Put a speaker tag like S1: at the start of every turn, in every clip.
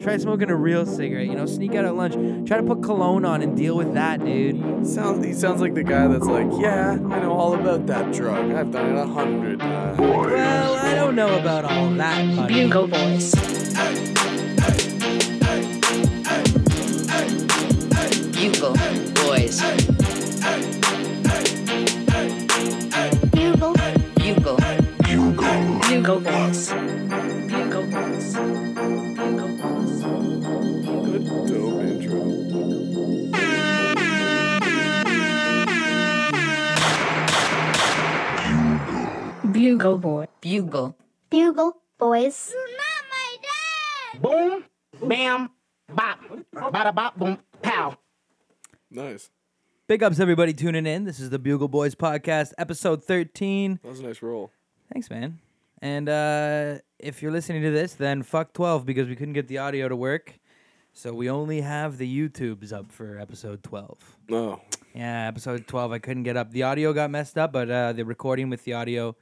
S1: Try smoking a real cigarette, you know, sneak out at lunch. Try to put cologne on and deal with that, dude.
S2: Sounds he sounds like the guy that's like, yeah, I know all about that drug. I've done it a hundred times.
S1: Well, I don't know about all that, buddy.
S3: Bugle Boys. Bugle Boys. Bugle. Bugle. Bugle Boys. Bugle Boys. Bugle Boys.
S2: Good dope intro.
S3: Bugle Boy. Bugle.
S4: Bugle Boys.
S5: Boom, bam, bop, bada bop, boom, pow.
S2: Nice.
S1: Big ups, everybody tuning in. This is the Bugle Boys Podcast, episode 13.
S2: That was a nice roll.
S1: Thanks, man. And uh, if you're listening to this, then fuck 12 because we couldn't get the audio to work. So we only have the YouTubes up for episode 12.
S2: Oh,
S1: Yeah, episode 12, I couldn't get up. The audio got messed up, but uh, the recording with the audio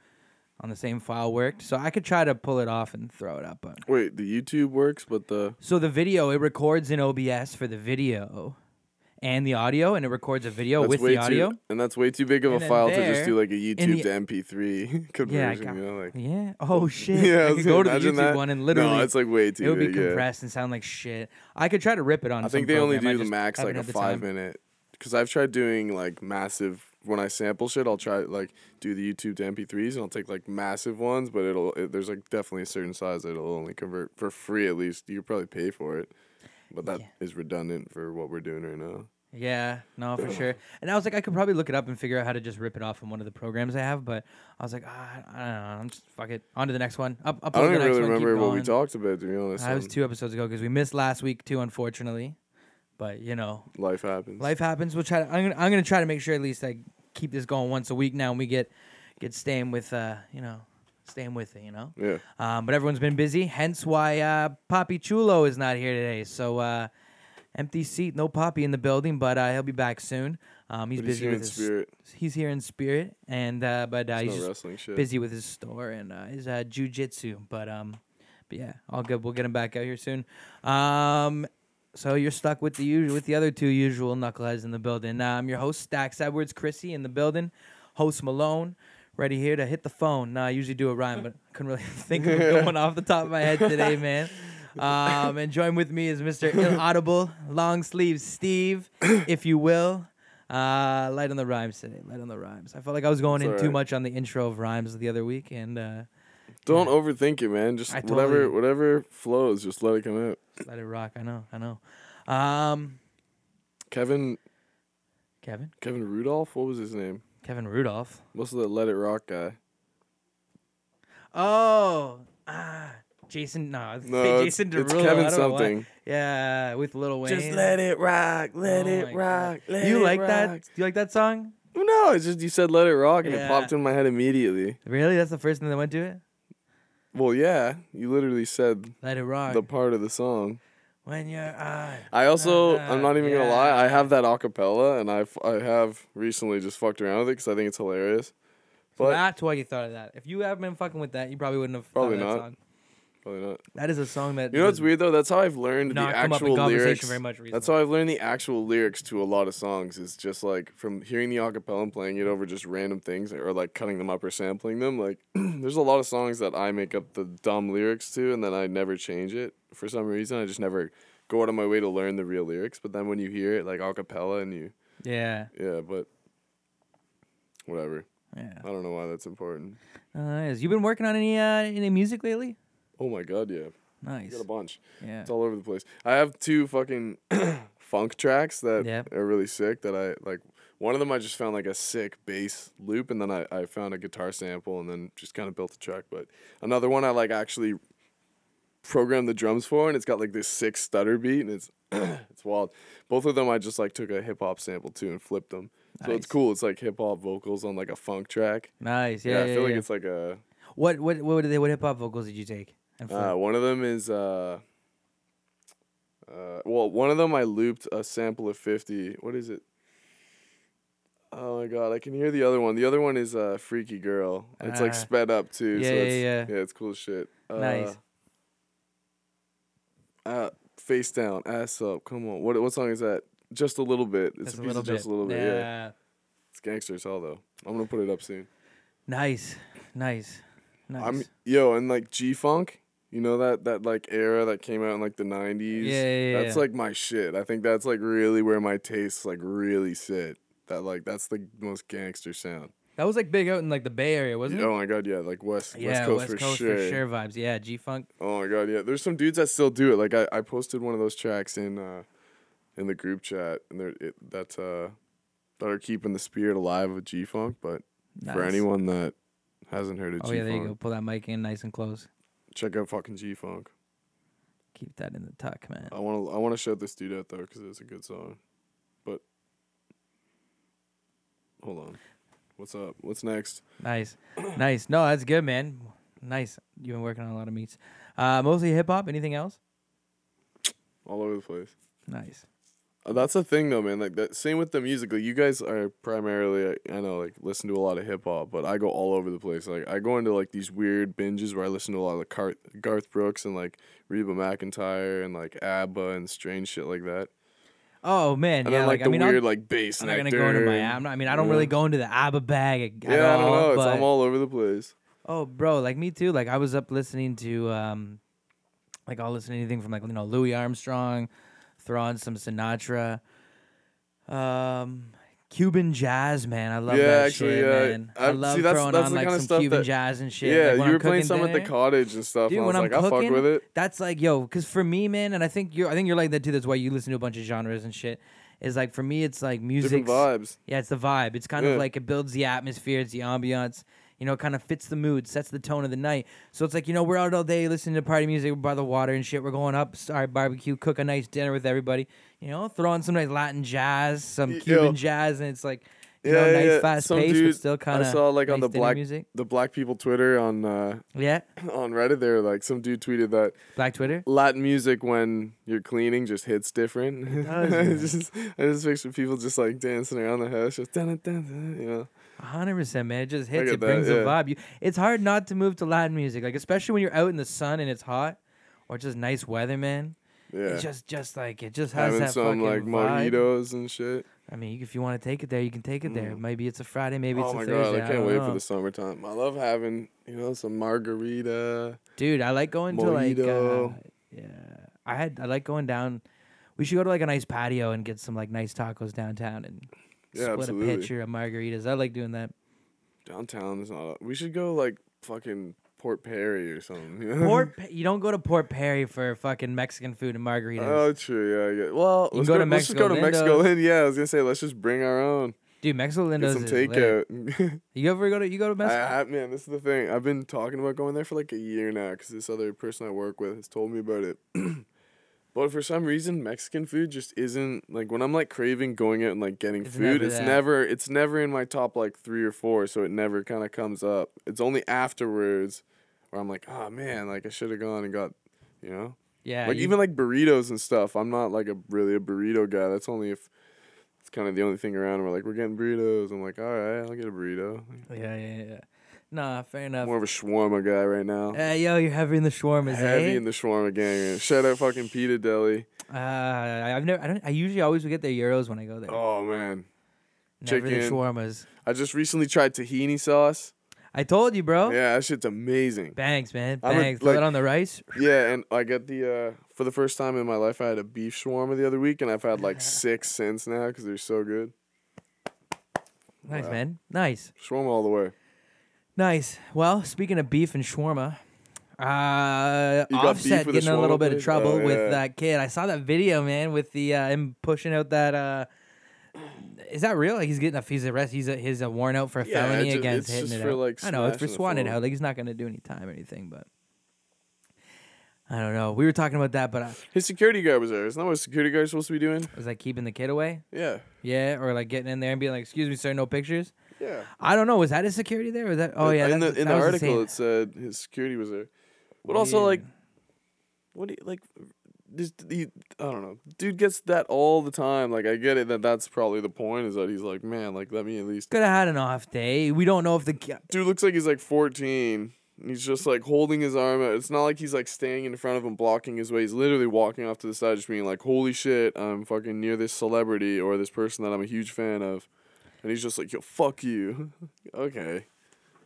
S1: on the same file worked. So I could try to pull it off and throw it up. But
S2: wait, the YouTube works, but the
S1: So the video, it records in OBS for the video and the audio, and it records a video
S2: that's
S1: with
S2: way
S1: the audio.
S2: too, and that's way too big of
S1: And
S2: a
S1: then
S2: file to
S1: there,
S2: just do like a
S1: in
S2: YouTube
S1: the-
S2: to MP3
S1: Yeah, I
S2: conversion.
S1: got,
S2: you know, like
S1: yeah. Oh shit!
S2: Yeah, I
S1: I
S2: was
S1: could go to
S2: gonna
S1: the
S2: imagine
S1: YouTube
S2: that.
S1: one and
S2: No,
S1: literally
S2: it's, like, way too
S1: It would be
S2: big, yeah.
S1: compressed and sound like shit. I could try to rip it on.
S2: I think
S1: some
S2: they only
S1: program, I
S2: do the
S1: just
S2: max
S1: haven't
S2: like a
S1: had the
S2: five
S1: time.
S2: minute. Because I've tried doing like massive. When I sample shit, I'll try like do the YouTube to MP3s, and I'll take like massive ones. But it'll it, there's like definitely a certain size that it'll only convert for free. At least you could probably pay for it, but that is
S1: Yeah.
S2: redundant for what we're doing right now.
S1: Yeah, no, for sure. And I was like, I could probably look it up and figure out how to just rip it off from one of the programs I have. But I was like, ah, I don't know. I'm just fuck it. On to the next one. Up, up
S2: I don't
S1: the
S2: even
S1: next
S2: really
S1: one, keep
S2: remember what we
S1: going.
S2: talked about to be honest.
S1: I was
S2: um,
S1: two episodes ago because we missed last week too, unfortunately. But you know,
S2: life happens.
S1: life happens. We'll try. To, I'm gonna. I'm gonna try to make sure at least I keep this going once a week now, and we get get staying with uh, you know, staying with it, you know.
S2: Yeah.
S1: Um, but everyone's been busy, hence why uh, Poppy Chulo is not here today. So uh, empty seat, no Poppy in the building, but uh, he'll be back soon. Um, he's
S2: But he's
S1: busy
S2: here
S1: with
S2: in
S1: his
S2: spirit.
S1: He's here in spirit, and uh, but uh,
S2: It's
S1: he's
S2: no
S1: just
S2: wrestling shit.
S1: busy with his store and uh, his uh, jujitsu. But um, but yeah, all good. We'll get him back out here soon. Um, so you're stuck with the usual, with the other two usual knuckleheads in the building. Uh, I'm your host Stacks Edwards, Chrissy in the building, host Malone. Ready here to hit the phone. Nah, I usually do a rhyme, but I couldn't really think of it going off the top of my head today, man. Um, and join with me is Mr. Inaudible, Long Sleeve Steve, if you will. Uh, light on the rhymes today. Light on the rhymes. I felt like I was going
S2: It's
S1: in
S2: all
S1: too
S2: right.
S1: much on the intro of rhymes the other week, and uh,
S2: Don't overthink it, man. Just
S1: I totally-
S2: whatever whatever flows, just let it come out.
S1: just let it rock. I know. I know. Um,
S2: Kevin
S1: Kevin.
S2: Kevin Rudolph, what was his name?
S1: Kevin Rudolph.
S2: What's the Let It Rock guy?
S1: Oh, ah, Jason. No, I was gonna
S2: No,
S1: say
S2: it's-
S1: Jason Derulo.
S2: it's Kevin
S1: I don't know why.
S2: something.
S1: Yeah, with Lil Wayne.
S2: it rock,
S1: Oh my God. Do you like that? Do you like that song?
S2: No, it's just you said let it rock and
S1: Yeah.
S2: it popped in my head immediately.
S1: Really? That's the first thing that went to it.
S2: Well, yeah, you literally said
S1: Let it rock.
S2: the part of the song.
S1: when you're on.
S2: I also,
S1: Uh,
S2: I'm not even gonna
S1: yeah.
S2: lie, I have that acapella and I f- I have recently just fucked around with it because I think it's hilarious. But
S1: That's why you thought of that. If you haven't been fucking with that, you probably wouldn't have.
S2: Probably
S1: thought of that
S2: not.
S1: Song.
S2: probably not.
S1: That is a song that.
S2: You know what's
S1: was-
S2: weird though? That's how I've learned
S1: Mm.
S2: the
S1: not come up in
S2: actual
S1: conversation
S2: lyrics.
S1: very much recently.
S2: That's how I've learned the actual lyrics to a lot of songs. Is just like from hearing the acapella and playing it over just random things, or like cutting them up or sampling them. Like, there's a lot of songs that I make up the dumb lyrics to, and then I never change it for some reason. I just never go out of my way to learn the real lyrics. But then when you hear it like acapella, and you
S1: Yeah.
S2: yeah, but whatever.
S1: Yeah.
S2: I don't know why that's important.
S1: Uh, nice. You been working on any uh, any music lately?
S2: Oh my god, yeah, I
S1: Nice.
S2: got a bunch.
S1: Yeah.
S2: It's all over the place. I have two fucking funk tracks that
S1: Yep.
S2: are really sick that I like. One of them I just found like a sick bass loop and then I, I found a guitar sample and then just kind of built a track. But another one I like actually programmed the drums for and it's got like this sick stutter beat and it's it's wild. Both of them I just like took a hip hop sample too and flipped them. So
S1: Nice.
S2: it's cool. It's like hip hop vocals on like a funk track.
S1: Nice.
S2: Yeah,
S1: Yeah. Yeah.
S2: I feel like
S1: yeah.
S2: it's like a
S1: What what what did they what hip hop vocals did you take? And
S2: Uh,
S1: flip?
S2: one of them is uh, uh, well, one of them I looped a sample of fifty. What is it? Oh my god, I can hear the other one. The other one is uh, "Freaky Girl." It's
S1: Ah.
S2: like sped up too.
S1: Yeah,
S2: so
S1: yeah,
S2: it's,
S1: yeah.
S2: it's cool as shit. Uh,
S1: Nice.
S2: Uh, face down, ass up. Come on. What what song is that? Just a little bit. It's
S1: Just
S2: a piece of just a little bit. Yeah. It's gangster as hell though. I'm gonna put it up soon.
S1: Nice, nice, nice.
S2: I'm yo and like G Funk. You know that that like era that came out in like the '90s.
S1: Yeah, yeah, yeah,
S2: That's
S1: yeah.
S2: like my shit. I think that's like really where my tastes like really sit. That like that's the most gangster sound.
S1: that was like big out in like the Bay Area, wasn't it?
S2: Oh my god, yeah, like West West
S1: yeah,
S2: Coast,
S1: West
S2: for,
S1: Coast
S2: sure.
S1: for sure vibes. Yeah, G Funk.
S2: Oh my god, yeah. There's some dudes that still do it. Like I, I posted one of those tracks in uh in the group chat and they're it, that's uh that are keeping the spirit alive of G Funk, but for
S1: Nice.
S2: anyone that hasn't heard of
S1: Oh
S2: G
S1: yeah, there you go.
S2: Funk,
S1: Pull that mic in nice and close.
S2: check out fucking G Funk.
S1: Keep that in the tuck, man.
S2: I want to I want to shout this dude out though because it's a good song. But hold on, what's up? What's next?
S1: Nice, nice. No, that's good, man. Nice. You've been working on a lot of meets. Uh, mostly hip hop. Anything else?
S2: All over the place.
S1: Nice.
S2: Uh, That's the thing though, man. Like that. Same with the music. Like you guys are primarily, I- I know, like listen to a lot of hip hop, but I go all over the place. Like I go into like these weird binges where I listen to a lot of like, Garth, Garth Brooks and like Reba McIntyre and like ABBA and strange shit like that.
S1: Oh man,
S2: And
S1: yeah.
S2: then like,
S1: I
S2: the
S1: mean, I'll-
S2: weird like bass.
S1: I'm not gonna go into my.
S2: nectar
S1: I'm not, I mean, I don't
S2: yeah.
S1: really go into the ABBA bag at, at
S2: yeah, I
S1: all.
S2: don't know. It's,
S1: but,
S2: I'm all over the place.
S1: oh, bro, like me too. Like I was up listening to, um, like I'll listen to anything from like you know Louis Armstrong, throw on some Sinatra, um, Cuban jazz, man. I love
S2: Yeah,
S1: that
S2: actually,
S1: shit,
S2: yeah.
S1: man. I
S2: I've-
S1: love
S2: see, that's-
S1: throwing
S2: that's
S1: on
S2: the
S1: like
S2: kinda
S1: some
S2: stuff
S1: Cuban
S2: that-
S1: jazz and shit. like,
S2: Yeah,
S1: when
S2: you
S1: I'm
S2: were playing
S1: cooking
S2: some at the
S1: dinner.
S2: cottage and stuff.
S1: Dude,
S2: and I
S1: when
S2: was
S1: I'm
S2: like, I
S1: cooking,
S2: fuck with it.
S1: that's like, yo, because for me, man, and I think you're, I think you're like that too. That's why you listen to a bunch of genres and shit. Is like for me, it's like music.
S2: Different vibes.
S1: Yeah, it's the vibe. It's kind
S2: Yeah.
S1: of like it builds the atmosphere, it's the ambiance. You know, it kind of fits the mood, sets the tone of the night. So it's like, you know, we're out all day listening to party music, we're by the water and shit. We're going up, start barbecue, cook a nice dinner with everybody. You know, throw on some nice Latin jazz, some
S2: Y-
S1: Cuban
S2: yo.
S1: jazz, and it's like, you know, nice fast
S2: Some
S1: pace,
S2: dude
S1: but still kind of.
S2: I saw like on the black
S1: music.
S2: the black people Twitter on uh,
S1: Yeah,
S2: on Reddit there like some dude tweeted that
S1: Black Twitter.
S2: Latin music when you're cleaning just hits different.
S1: does,
S2: I
S1: man.
S2: just I just picture people just like dancing around the house, just dun, dun, dun, dun, you know.
S1: A hundred percent, man. It just hits.
S2: get
S1: It brings
S2: that,
S1: a
S2: yeah.
S1: vibe. You, it's hard not to move to Latin music, like especially when you're out in the sun and it's hot, or just nice weather, man.
S2: Yeah.
S1: It just, just like it just has
S2: Having
S1: that
S2: some
S1: fucking
S2: like
S1: vibe.
S2: mojitos and shit.
S1: I mean, if you want to take it there, you can take it there. Maybe it's a Friday, maybe it's
S2: Mm. oh
S1: a
S2: my god,
S1: Thursday.
S2: I can't
S1: don't
S2: wait
S1: know.
S2: for the summertime. I love having you know some margarita.
S1: Dude, I like going to like. Uh,
S2: Mojito.
S1: yeah, I had. I like going down. We should go to like a nice patio and get some like nice tacos downtown and
S2: Yeah,
S1: split
S2: absolutely.
S1: a pitcher of margaritas. I like doing that.
S2: Downtown is not. We should go like fucking Port Perry or something. you know?
S1: Port. Pe- you don't go to Port Perry for fucking Mexican food and margaritas.
S2: Oh, true. Yeah, yeah. Well,
S1: You
S2: let's
S1: can go
S2: go,
S1: to
S2: let's just go to
S1: Mexico
S2: Mexico Lynn. Yeah, I was gonna say let's just bring our own.
S1: Dude, Mexico
S2: Get
S1: Lindo's
S2: some
S1: is lit.
S2: takeout.
S1: You ever go to you go to
S2: I,
S1: Mexico?
S2: I, man, this is the thing. I've been talking about going there for like a year now because this other person I work with has told me about it. but for some reason, Mexican food just isn't like when I'm like craving going out and like getting
S1: It's
S2: food.
S1: never
S2: it's
S1: that.
S2: never it's never in my top like three or four, so it never kind of comes up. It's only afterwards where I'm like, oh man, like I should have gone and got, you know.
S1: yeah,
S2: like
S1: you-
S2: even like burritos and stuff. I'm not like a really a burrito guy. That's only if it's kind of the only thing around. We're like we're getting burritos. I'm like, all right, I'll get a burrito.
S1: yeah, yeah, yeah. Nah, fair enough.
S2: More of a shawarma guy right now.
S1: Uh, yo, you're heavy in the shawarmas,
S2: Heavy
S1: eh?
S2: in the shawarma gang. man. Shout out fucking Pita Deli.
S1: uh, I- I've never. I don't. I usually always get their euros when I go there.
S2: Oh man,
S1: Never the
S2: chicken.
S1: shawarmas.
S2: I just recently tried tahini sauce.
S1: I told you, bro.
S2: Yeah, that shit's amazing.
S1: Bangs, man.
S2: I'm a-
S1: Bangs. Throw
S2: like-
S1: that on the rice.
S2: Yeah, and I got the uh, for the first time in my life, I had a beef shawarma the other week, and I've had like six since now because they're so good.
S1: Nice, man. Nice,
S2: Shawarma all the way.
S1: nice. Well, speaking of beef and shawarma. Uh,
S2: You got
S1: offset
S2: beef with a
S1: getting in a little
S2: shawarma
S1: bit of
S2: place?
S1: trouble
S2: Oh,
S1: with
S2: yeah.
S1: that kid. I saw that video, man, with the uh, him pushing out that. Uh, is that real? Like he's getting a he's arrest. He's a he's a warrant out for a
S2: Yeah, it
S1: felony
S2: ju-
S1: against
S2: it's
S1: hitting
S2: just
S1: it
S2: for,
S1: out.
S2: like,
S1: I know it's for
S2: smashing the
S1: swatting it
S2: phone.
S1: out. Like he's not gonna do any time or anything, but I don't know. We were talking about that, but I
S2: His security guard was there. Isn't that what a security guard's supposed to be doing?
S1: was like keeping the kid away.
S2: Yeah.
S1: Yeah, or like getting in there and being like, "Excuse me, sir, no pictures."
S2: Yeah.
S1: I don't know. Was that a security there? Or was that? Oh
S2: Uh,
S1: yeah,
S2: In the
S1: that's-
S2: in the
S1: that was
S2: article,
S1: scene.
S2: it said his security was there, but also
S1: Weird.
S2: like, what do you like? This the I don't know. Dude gets that all the time. Like I get it that that's probably the point is that he's like, man, like let me at least.
S1: could have had an off day. We don't know if the ki-
S2: Dude looks like he's like fourteen. And he's just like holding his arm out. It's not like he's like standing in front of him blocking his way. He's literally walking off to the side, just being like, "Holy shit, I'm fucking near this celebrity or this person that I'm a huge fan of," and he's just like, "Yo, fuck you." okay,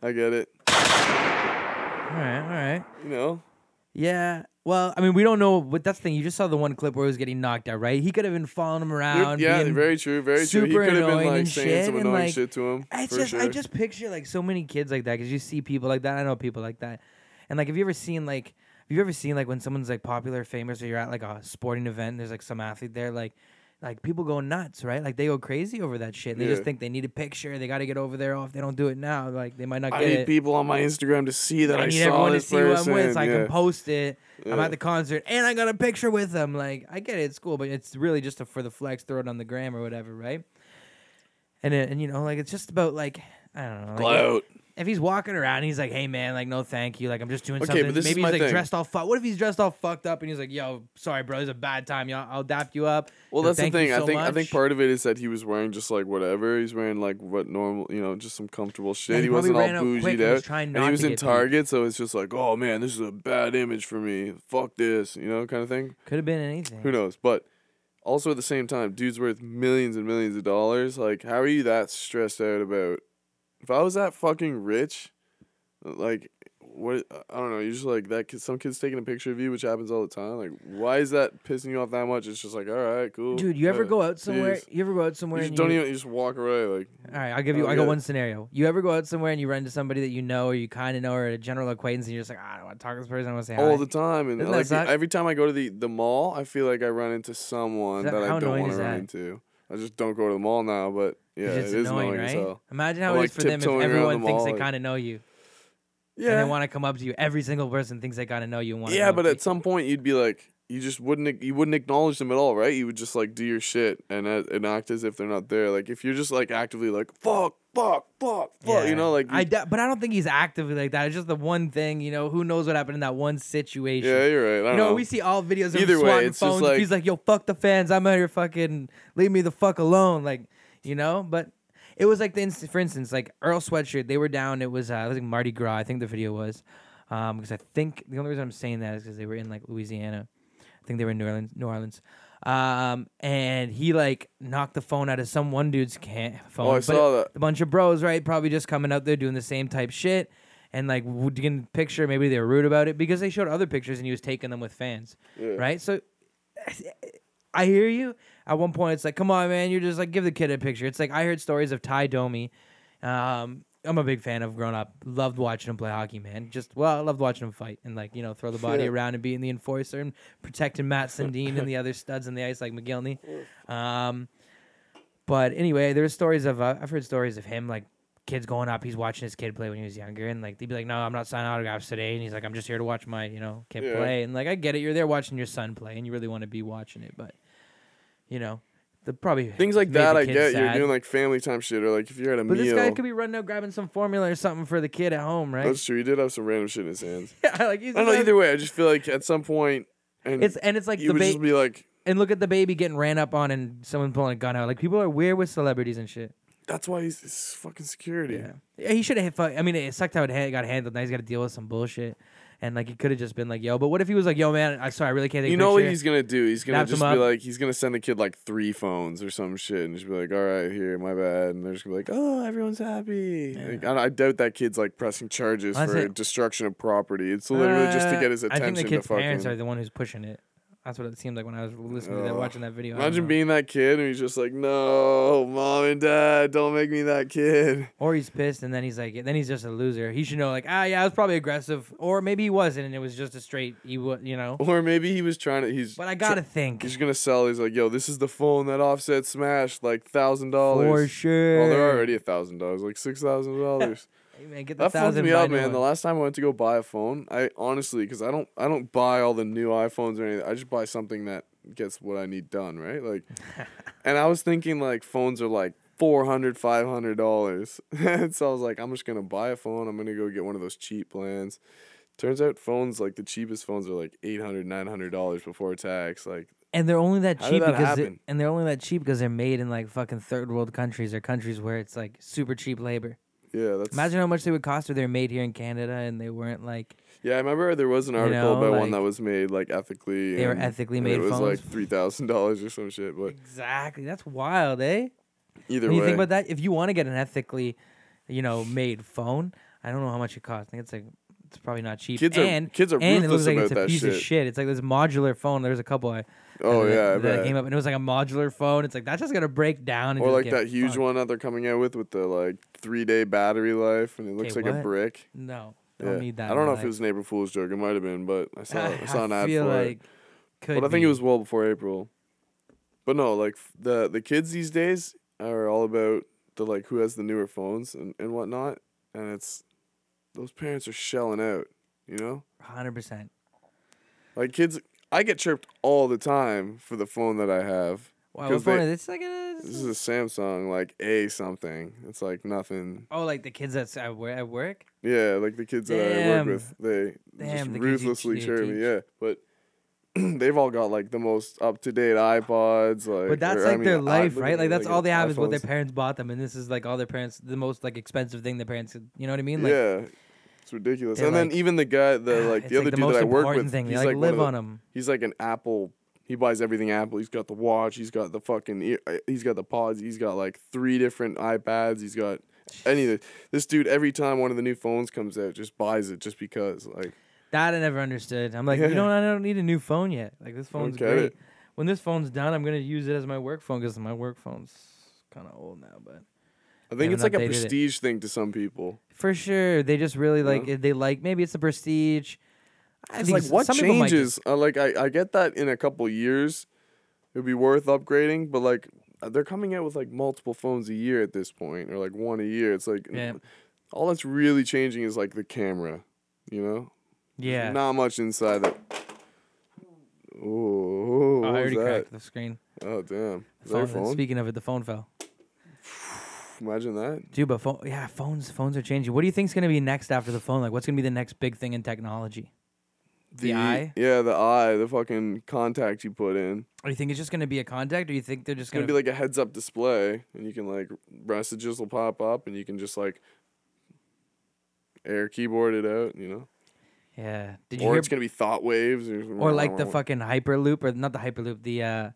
S2: I get it.
S1: All right, all right.
S2: You know,
S1: Yeah. Well, I mean, we don't know, but that's the thing. You just saw the one clip where he was getting knocked out, right? He could have been following him around.
S2: yeah,
S1: being-
S2: very true, very true. He
S1: super
S2: could have
S1: annoying
S2: been like
S1: and
S2: saying
S1: shit
S2: some
S1: and,
S2: annoying
S1: like,
S2: shit to him.
S1: I
S2: for
S1: just,
S2: sure.
S1: I just picture like so many kids like that because you see people like that. I know people like that, and like, have you ever seen like, have you ever seen like when someone's like popular, or famous, or you're at like a sporting event, and there's like some athlete there, like, like people go nuts, right? Like they go crazy over that shit. They just
S2: Yeah.
S1: think they need a picture. They got to get over there. Oh, if they don't do it now, like they might not
S2: I
S1: get
S2: need
S1: it.
S2: people on my Instagram to see that I,
S1: I need
S2: saw
S1: everyone to
S2: this
S1: see
S2: person.
S1: who I'm with so I
S2: yeah.
S1: can post it. I'm at the concert and I got a picture with them. Like, I get it, it's cool, but it's really just a, for the flex, throw it on the gram or whatever, right? And it, and you know, like it's just about like I don't know. like,
S2: Gloat.
S1: if he's walking around and he's like, "Hey man, like no thank you, like I'm just doing
S2: Okay,
S1: something."
S2: but this is
S1: Maybe
S2: my
S1: he's like
S2: thing.
S1: dressed all fucked. What if he's dressed all fucked up and he's like, "Yo, sorry bro, it's a bad time. Y'all, I'll dap you up."
S2: Well,
S1: Yo,
S2: that's the
S1: thank you
S2: thing. I
S1: so
S2: think I
S1: much."
S2: think part of it is that he was wearing just like whatever. He's wearing like what normal, you know, just some comfortable shit.
S1: he
S2: he
S1: probably
S2: wasn't all
S1: ran out quick
S2: bougied
S1: and was
S2: out.
S1: trying
S2: and
S1: not
S2: he was
S1: to
S2: in
S1: get beat.
S2: Target, so it's just like, oh man, this is a bad image for me. Fuck this, you know, kind of thing.
S1: could have been anything.
S2: Who knows? But also at the same time, dude's worth millions and millions of dollars. Like, how are you that stressed out about? If I was that fucking rich, like, what? I don't know. You're just like that. Kid, some kid's taking a picture of you, which happens all the time. Like, why is that pissing you off that much? It's just like, all right, cool.
S1: Dude, you ever
S2: uh,
S1: go out somewhere?
S2: peace.
S1: You ever go out
S2: You
S1: somewhere?
S2: just
S1: and
S2: don't
S1: you-
S2: even. You just walk away. Like,
S1: All right, I'll give you.
S2: Oh,
S1: I got
S2: yeah.
S1: one scenario. You ever go out somewhere and you run into somebody that you know or you kind of know or a general acquaintance, and you're just like, "Ah, I don't want to talk to this person. I want to say hi.
S2: all the time, and
S1: Doesn't that
S2: like the-
S1: suck?
S2: every time I go to the the mall, I feel like I run into someone
S1: Is that-
S2: that,
S1: how
S2: I don't
S1: annoying
S2: want
S1: is
S2: to run
S1: that?
S2: into. I just don't go to the mall now, but yeah,
S1: It's
S2: it
S1: just
S2: is annoying, as
S1: right?
S2: hell.
S1: Imagine how
S2: I'm,
S1: it
S2: like,
S1: is for them if
S2: tiptoeing around the
S1: everyone thinks
S2: mall,
S1: they
S2: like-
S1: kind of know you and
S2: Yeah,
S1: they want to come up to you. Every single person thinks they kind of know you. And wanna
S2: yeah,
S1: come
S2: but
S1: up
S2: at
S1: to
S2: some point you'd be like, you just wouldn't ac- you wouldn't acknowledge them at all, right? You would just like do your shit and uh, and act as if they're not there. Like if you're just like actively like fuck, fuck, fuck, fuck,
S1: you. Yeah.
S2: you know, like
S1: I
S2: you-
S1: d- but I don't think he's actively like that. It's just the one thing, you know. Who knows what happened in that one situation?
S2: yeah, you're right. I
S1: you
S2: don't
S1: know,
S2: know.
S1: we see all videos of
S2: Either
S1: him
S2: way,
S1: swatting
S2: it's just
S1: phones.
S2: like-
S1: he's like, "Yo, fuck the fans. I'm out here fucking leave me the fuck alone." Like, you know. But it was like the inst- for instance, like Earl Sweatshirt. They were down. It was uh, I think Mardi Gras. I think the video was because I think the only reason I'm saying that is because they were in like Louisiana. I think they were in New Orleans. New Orleans. Um, and he like knocked the phone out of some one dude's can- phone.
S2: Oh, I
S1: but
S2: saw that.
S1: A bunch of bros, right? Probably just coming out there doing the same type shit. And like w- getting a picture, maybe they were rude about it because they showed other pictures and he was taking them with fans, right? So I hear you. At one point, it's like, come on, man, you're just like, give the kid a picture. It's like I heard stories of Ty Domi. Um, I'm a big fan of growing up. Loved watching him play hockey, man. Just well, I loved watching him fight and like you know throw the body around and being the enforcer and protecting Matt Sundin and the other studs on the ice like McGillney. Um, but anyway, there were stories of uh, I've heard stories of him like kids going up. He's watching his kid play when he was younger, and like they'd be like, "No, I'm not signing autographs today." And he's like, "I'm just here to watch my you know kid
S2: Yeah.
S1: play." And like I get it, you're there watching your son play, and you really want to be watching it, but you know, the probably
S2: Things like
S1: made
S2: that,
S1: the
S2: I
S1: kid
S2: get. You're
S1: sad.
S2: doing like family time shit, or like if you're at a
S1: But
S2: meal.
S1: this guy could be running out grabbing some formula or something for the kid at home, right?
S2: that's true. He did have some random shit in his hands.
S1: yeah, like he's
S2: I don't know.
S1: just-
S2: Either way, I just feel like at some point, and
S1: It's and it's like
S2: you
S1: the
S2: would just
S1: baby
S2: be like,
S1: and look at the baby getting ran up on and someone pulling a gun out. Like people are weird with celebrities and shit.
S2: that's why he's, he's fucking security.
S1: Yeah. Yeah, he should have hit. Fuck, I mean, it sucked how it ha- got handled. Now he's got to deal with some bullshit. And like, he could have just been like, "Yo," but what if he was like, "Yo, man, I sorry, I really can't take
S2: You
S1: a
S2: know what
S1: picture."
S2: he's gonna do? He's gonna
S1: Naps him
S2: just
S1: up.
S2: be like, he's gonna send the kid like three phones or some shit, and just be like, "All right, here, my bad," and they're just gonna be like, "Oh, everyone's happy." Like, I, I doubt that kid's like pressing charges
S1: Honestly-
S2: for destruction of property. It's literally just to
S1: Uh,
S2: get his
S1: I think
S2: attention
S1: the
S2: to
S1: kid's
S2: fucking.
S1: parents are the one who's pushing it. That's what it seemed like when I was listening to that,
S2: Ugh.
S1: watching that video. I don't
S2: Imagine
S1: know.
S2: being that kid, and he's just like, "No, mom and dad, don't make me that kid."
S1: Or he's pissed, and then he's like, then he's just a loser. He should know, like, ah, yeah, I was probably aggressive, or maybe he wasn't, and it was just a straight, he would, you know.
S2: Or maybe he was trying to. He's.
S1: But I
S2: tr-
S1: gotta think
S2: He's gonna sell. He's like, "Yo, this is the phone that Offset smashed, like thousand dollars."
S1: for sure.
S2: Well, they're already a thousand dollars, like six thousand dollars.
S1: Hey, man, get the
S2: That fucked
S1: thousand
S2: me
S1: by
S2: up,
S1: no
S2: man.
S1: one.
S2: The last time I went to go buy a phone, I honestly, because I don't, I don't buy all the new iPhones or anything. I just buy something that gets what I need done, right? Like, and I was thinking like phones are like. 400 500 dollars and so i was like i'm just gonna buy a phone i'm gonna go get one of those cheap plans turns out phones like the cheapest phones are like 800 900 dollars before tax like
S1: and they're only that
S2: How
S1: cheap
S2: did that
S1: because, it,
S2: happen?
S1: and they're only that cheap because they're made in like fucking third world countries or countries where it's like super cheap labor.
S2: Yeah, that's.
S1: Imagine how much they would cost if they were made here in Canada and they weren't like
S2: Yeah, I remember there was an article
S1: know,
S2: about one
S1: like,
S2: that was made like ethically.
S1: they were
S2: and-
S1: ethically
S2: and
S1: made
S2: It was
S1: phones.
S2: like three thousand dollars or some shit, but
S1: exactly. That's wild, eh?
S2: either
S1: When you
S2: way,
S1: think about that, if you want to get an ethically, you know, made phone, I don't know how much it costs. I think it's like it's probably not cheap.
S2: Kids are-
S1: and
S2: kids are
S1: and it looks
S2: ruthless
S1: like it's
S2: about
S1: a
S2: that
S1: piece of
S2: shit.
S1: shit. It's like this modular phone. There's a couple. I,
S2: Oh,
S1: that-
S2: yeah, I
S1: that
S2: bet.
S1: came up and it was like a modular phone. It's like that's just gonna break down. And
S2: or
S1: just
S2: like
S1: get
S2: that huge
S1: fucked.
S2: one that they're coming out with with the like three day battery life, and it looks
S1: Okay,
S2: like
S1: what?
S2: a brick.
S1: No, don't
S2: Yeah.
S1: need that.
S2: I don't
S1: in
S2: know
S1: my
S2: if it
S1: life.
S2: was an April Fool's joke. It might have been, but I saw I saw an ad
S1: feel
S2: for
S1: like
S2: it.
S1: could
S2: But I think
S1: be.
S2: it was well before April. But no, like f- the the kids these days are all about the like who has the newer phones and, and whatnot, and it's those parents are shelling out, you know.
S1: 100%.
S2: Like kids, I get chirped all the time for the phone that I have.
S1: Wow, what
S2: 'Cause
S1: phone
S2: they-
S1: is it? It's like a,
S2: This is a Samsung, like A something. It's like nothing.
S1: oh, like the kids that's at wor- at work.
S2: Yeah, like the kids that I
S1: Damn.
S2: work with, they just
S1: Damn, the kids you
S2: ruthlessly
S1: ch-
S2: chirp
S1: teach.
S2: me. Yeah, but they've all got like the most up to date iPods. Like,
S1: But that's
S2: or, I
S1: like
S2: mean,
S1: their
S2: i-
S1: life,
S2: look
S1: right?
S2: at,
S1: Like that's all they have is what their
S2: iPhones.
S1: parents bought them, and this is like all their parents, the most like expensive thing their parents, could- you know what I mean? Like,
S2: yeah, it's ridiculous.
S1: they're
S2: And then
S1: like,
S2: even the guy, the like
S1: it's
S2: the other
S1: the
S2: dude
S1: most
S2: that I work
S1: important
S2: with,
S1: thing. They
S2: he's
S1: like,
S2: one
S1: live
S2: of the-
S1: on them.
S2: He's like an Apple. He buys everything Apple. He's got the watch. He's got the fucking. ear- uh, He's got the pods. He's got like three different iPads. He's got any of the, this dude. Every time one of the new phones comes out, just buys it just because. Like
S1: That I never understood. I'm like, you
S2: Yeah.
S1: don't, I don't need a new phone yet. Like this phone's
S2: get
S1: great.
S2: it.
S1: When this phone's done, I'm gonna use it as my work phone because my work phone's kind of old now, but.
S2: I think
S1: haven't
S2: it's like a
S1: updated it.
S2: prestige thing to some people.
S1: For sure, they just really like it- they like maybe it's the prestige. I
S2: It's
S1: think
S2: like
S1: s-
S2: what
S1: some people might
S2: changes? Uh, like I, I get that in a couple years, it'd be worth upgrading. But like uh, they're coming out with like multiple phones a year at this point, or like one a year. It's like
S1: Yeah.
S2: all that's really changing is like the camera. You know,
S1: Just, yeah,
S2: Not much inside that. Oh,
S1: Oh,
S2: what
S1: I
S2: was
S1: already
S2: that?
S1: cracked the screen.
S2: Oh, damn. Is that
S1: Phone,
S2: your phone?
S1: Speaking of it, the phone fell.
S2: Imagine that.
S1: Dude, but phone, yeah, phones, phones are changing. What do you think's gonna be next after the phone? Like, what's gonna be the next big thing in technology? The eye?
S2: Yeah, the eye, the fucking contact you put in.
S1: Or you think it's just gonna be a contact, or you think they're just
S2: It's gonna
S1: gonna,
S2: be like a heads up display, and you can like messages will pop up, and you can just like air keyboard it out, you know?
S1: yeah? Did you
S2: Or
S1: hear?
S2: it's gonna be thought waves, or,
S1: or like the fucking hyperloop, or not the hyperloop, the uh,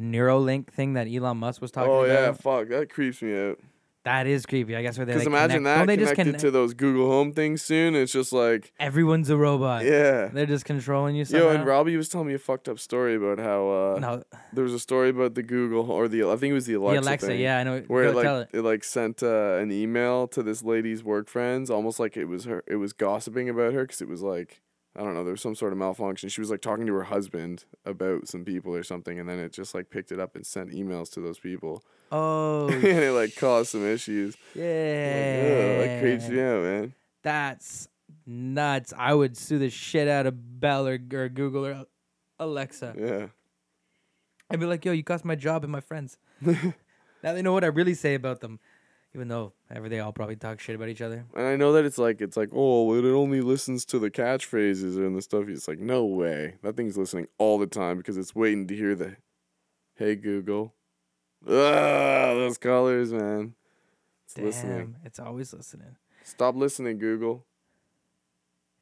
S1: Neuralink thing that Elon Musk was talking
S2: Oh
S1: about.
S2: yeah, fuck, that creeps me out.
S1: that is creepy. I guess where they
S2: Because
S1: like
S2: imagine
S1: connect-
S2: that
S1: Don't they just
S2: connected
S1: connect?
S2: to those Google Home things soon. It's just like,
S1: Everyone's a robot.
S2: yeah.
S1: They're just controlling you somehow.
S2: Yo, and Robbie was telling me a fucked up story about how uh,
S1: no,
S2: there was a story about the Google or the I think it was the Alexa.
S1: the Alexa,
S2: thing,
S1: yeah, I know.
S2: Where
S1: Go
S2: it like
S1: tell it.
S2: it. like sent uh, an email to this lady's work friends, almost like it was her. It was gossiping about her because it was like I don't know. There was some sort of malfunction. She was like talking to her husband about some people or something, and then it just like picked it up and sent emails to those people,
S1: Oh,
S2: and it like caused some issues. Like,
S1: yeah.
S2: ugh, that creeps me out, man.
S1: That's nuts. I would sue the shit out of Bell or, or Google or Alexa.
S2: Yeah.
S1: I'd be like, yo, you cost my job and my friends. now they know what I really say about them, even though ever they all probably talk shit about each other.
S2: And I know that it's like it's like oh well, it only listens to the catchphrases and the stuff. It's like no way that thing's listening all the time because it's waiting to hear the, hey Google, ah those colors man, it's
S1: Damn,
S2: listening.
S1: it's always listening.
S2: Stop listening Google.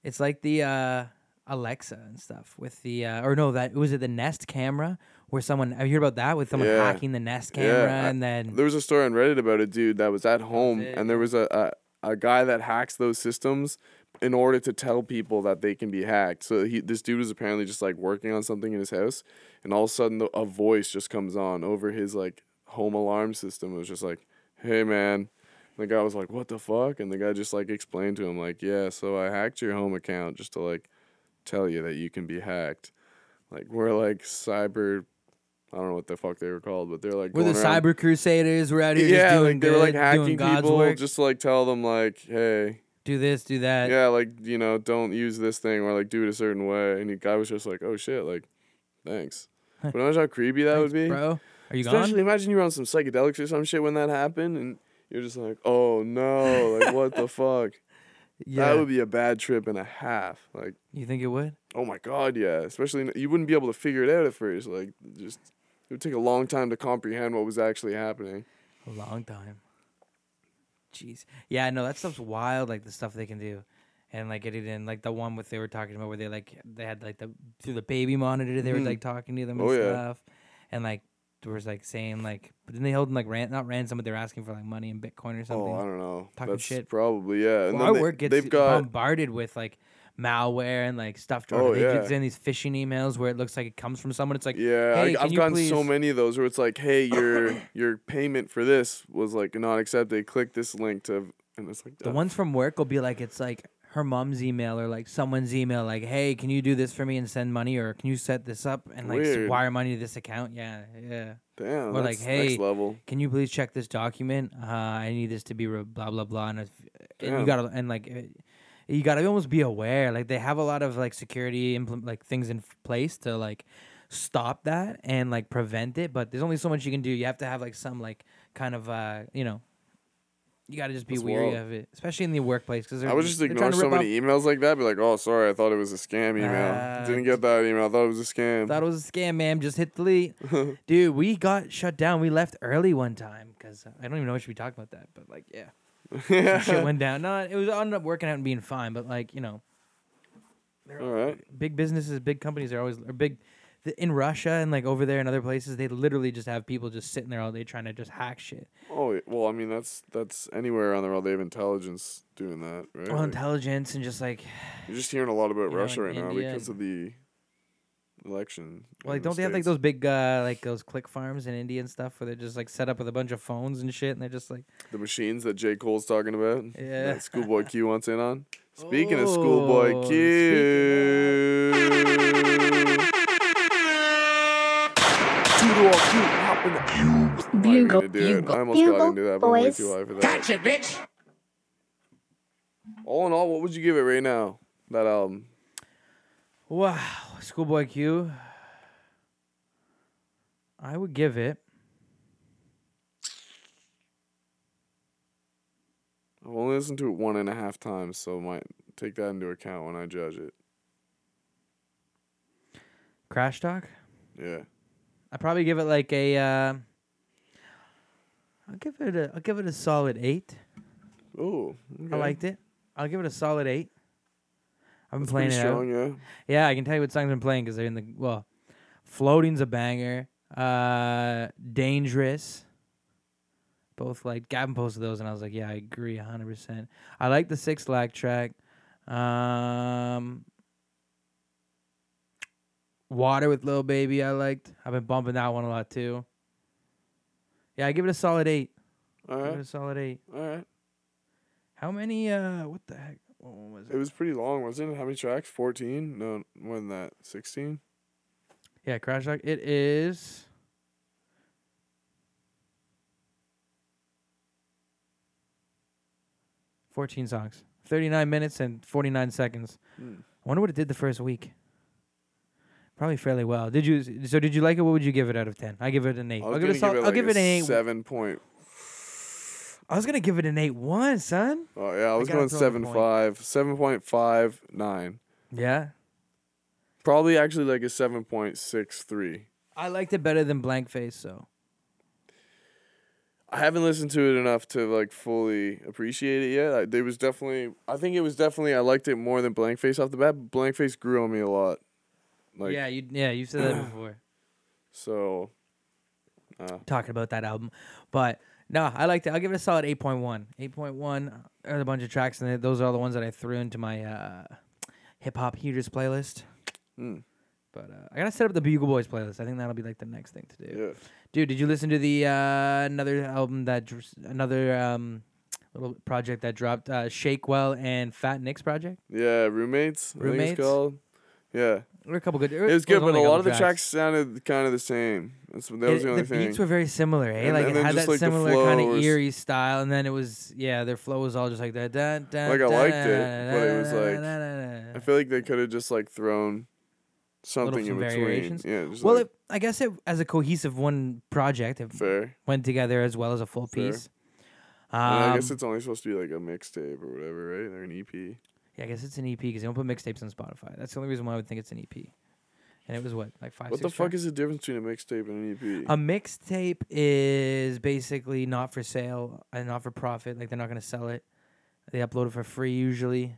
S1: It's like the uh, Alexa and stuff with the uh, or no that was it the Nest camera where someone I hear about that with someone
S2: Yeah.
S1: hacking the Nest camera
S2: I-
S1: and then
S2: There was a story on Reddit about a dude that was at home,
S1: it,
S2: and there was a, a a guy that hacks those systems in order to tell people that they can be hacked. So he, this dude was apparently just like working on something in his house, and all of a sudden the, a voice just comes on over his like home alarm system. It was just like, "Hey man." And the guy was like, "What the fuck?" And the guy just like explained to him like, "Yeah, so I hacked your home account just to like tell you that you can be hacked." Like we're like cyber I don't know what the fuck they were called, but they're like
S1: We're the
S2: going around-
S1: cyber crusaders. We're out here
S2: yeah,
S1: just doing
S2: like they were like
S1: good,
S2: hacking
S1: doing God's
S2: people
S1: work.
S2: just to like tell them like, hey,
S1: do this, do that.
S2: yeah, like you know, don't use this thing or like do it a certain way. And the guy was just like, oh shit, like, thanks. But imagine how creepy that would be.
S1: Bro, are you
S2: Especially
S1: gone?
S2: imagine you were on some psychedelics or some shit when that happened, and you're just like, oh no, like what the fuck?
S1: Yeah.
S2: That would be a bad trip and a half. Like,
S1: you think it would?
S2: oh my god, yeah. Especially you wouldn't be able to figure it out at first. Like, just it would take a long time to comprehend what was actually happening.
S1: A long time. Jeez. Yeah, no, that stuff's wild. Like the stuff they can do, and like get it in. Like the one with they were talking about where they like they had like the through the baby monitor they were like talking to them and
S2: Oh, yeah.
S1: stuff, and like there was like saying like but then they held them like ran not ransom but they were asking for like money in Bitcoin or something.
S2: Oh, I don't know.
S1: Talking
S2: That's
S1: shit.
S2: probably yeah. And
S1: Well,
S2: then
S1: our
S2: they,
S1: work um, gets
S2: they've got
S1: bombarded with like malware and like stuff. Jordan.
S2: Oh,
S1: they
S2: yeah.
S1: keep sending these phishing emails where it looks like it comes from someone. It's like
S2: yeah.
S1: hey,
S2: I,
S1: can
S2: I've
S1: you
S2: gotten
S1: please?
S2: so many of those where it's like, hey, your your payment for this was like not accepted. Click this link to, and it's like
S1: The
S2: uh,
S1: ones from work will be like it's like her mom's email or like someone's email. Like hey, can you do this for me and send money or can you set this up and like s-
S2: Weird.
S1: wire money to this account? Yeah, yeah.
S2: Damn,
S1: Or like,
S2: that's next
S1: hey,
S2: level.
S1: Can you please check this document? Uh, I need this to be re- blah blah blah. And, if, and you
S2: Damn.
S1: gotta and like. It, you gotta almost be aware. Like they have a lot of like security implement like things in f- place to like stop that and like prevent it. But there's only so much you can do. You have to have like some like kind of uh you know. You gotta just be
S2: That's
S1: weary
S2: wild.
S1: of it, especially in the workplace. Because
S2: I would just
S1: they're trying
S2: ignore
S1: to
S2: so
S1: rip off-
S2: many emails like that. Be like, oh, sorry, I thought it was a scam email.
S1: Ah,
S2: Didn't get that email. I thought it was a scam.
S1: Thought it was a scam, ma'am. Just hit delete. Dude, we got shut down. We left early one time because I don't even know if we talked about that, but like, yeah, Some shit went down. Not it was I ended up working out and being fine, but like you know,
S2: All right.
S1: big businesses, big companies are always or big th- in Russia and like over there and other places. They literally just have people just sitting there all day trying to just hack shit.
S2: Oh yeah, well, I mean that's that's anywhere around the world. They have intelligence doing that, right?
S1: Well,
S2: Like,
S1: intelligence and just like
S2: you're just hearing a lot about
S1: know,
S2: Russia
S1: in
S2: right now
S1: India
S2: because of the election.
S1: Well,
S2: in
S1: like,
S2: the
S1: don't they have like
S2: States.
S1: those big, uh, like those click farms in India and stuff where they're just like set up with a bunch of phones and shit, and they're just like,
S2: the machines that J Cole's talking about?
S1: Yeah.
S2: that Schoolboy Q wants in on. Speaking of Schoolboy
S1: Oh,
S2: Q. Toodle-oo, Q, hop in the- Why are we
S3: Bugle.
S2: gonna do it? I almost got
S4: Bugle,
S2: into that, but I'm way
S4: boys.
S2: too high for that.
S5: Gotcha, bitch.
S2: All in all, what would you give it right now? That album.
S1: "Wow, Schoolboy Q." I would give it.
S2: I've only listened to it one and a half times, so might take that into account when I judge it.
S1: Crash Talk.
S2: Yeah.
S1: I probably give it like a. Uh, I'll give it a. I'll give it a solid eight.
S2: Oh,
S1: I liked it. I'll give it a solid eight. I've been
S2: That's
S1: playing
S2: pretty
S1: it out.
S2: strong, yeah.
S1: Yeah, I can tell you what songs I'm playing because they're in the well. Floating's a banger. Uh, Dangerous. Both like Gavin posted those, and I was like, yeah, I agree, hundred percent. I like the six lack track. Um, Water with Lil Baby, I liked. I've been bumping that one a lot too. Yeah, I give it a solid eight.
S2: All
S1: Give it a
S2: right,
S1: solid eight.
S2: all right.
S1: How many? Uh, what the heck? What one was
S2: It was pretty long, wasn't it? How many tracks? Fourteen? No, more than that. Sixteen.
S1: Yeah, Crash Rock. It is. Fourteen songs, thirty-nine minutes and forty-nine seconds.
S2: Hmm.
S1: I wonder what it did the first week. Probably fairly well. Did you? So did you like it? What would you give it out of ten? I give it an eight.
S2: I was
S1: I'll give it. A
S2: gonna
S1: sol- I'll
S2: like
S1: give it an eight.
S2: Seven point.
S1: I was gonna give it an eight one, son.
S2: Oh yeah, I was
S1: gotta
S2: going
S1: throw in a
S2: seven
S1: point.
S2: five. Seven point five nine.
S1: Yeah,
S2: Probably actually like a seven point six three.
S1: I liked it better than Blank Face. So
S2: I haven't listened to it enough to like fully appreciate it yet. I, there was definitely, I think it was definitely, I liked it more than Blank Face off the bat. But Blank Face grew on me a lot. Like,
S1: yeah, you yeah you said that before.
S2: So
S1: talking about that album. But no, I liked it. I'll give it a solid 8.1. 8.1 are a bunch of tracks, and those are all the ones that I threw into my uh, hip hop heaters playlist.
S2: Hmm.
S1: But uh, I gotta set up the Bugle Boys playlist. I think that'll be like the next thing to do.
S2: yeah,
S1: Dude, did you listen to the uh, another album that dr- another um, little project that dropped? Uh, Shakewell and Fat Nick's project.
S2: yeah, roommates. I think
S1: Roommates?
S2: it's called. Yeah,
S1: There were a couple good.
S2: it was good, but
S1: only
S2: a lot
S1: couple
S2: of the tracks sounded kind of the same. That's that was
S1: It-
S2: the only thing.
S1: beats were very similar, eh?
S2: And-
S1: like
S2: and
S1: it
S2: then
S1: had
S2: just,
S1: that
S2: like, the
S1: similar kind
S2: flow
S1: of
S2: was-
S1: eerie style, and then it was yeah, their flow was all just like that. Da, da,
S2: Like, I
S1: da,
S2: liked
S1: da,
S2: it, but it was,
S1: da, da,
S2: like,
S1: da, da, da.
S2: I feel like they could have just like thrown something in
S1: some
S2: between.
S1: variations.
S2: Yeah, just
S1: well,
S2: like,
S1: it, I guess it as a cohesive one project, it
S2: fair.
S1: went together as well as a full
S2: Fair.
S1: piece. Um,
S2: And I guess it's only supposed to be like a mixtape or whatever, right? Or an E EP.
S1: E yeah, I guess it's an EP because they don't put mixtapes on Spotify. That's the only reason why I would think it's an EP. E and it was what like five.
S2: What the
S1: six Um,
S2: fuck
S1: tracks?
S2: is the difference between a mixtape and an E EP?
S1: a mixtape? Is basically not for sale and not for profit. Like they're not gonna sell it. They upload it for free usually.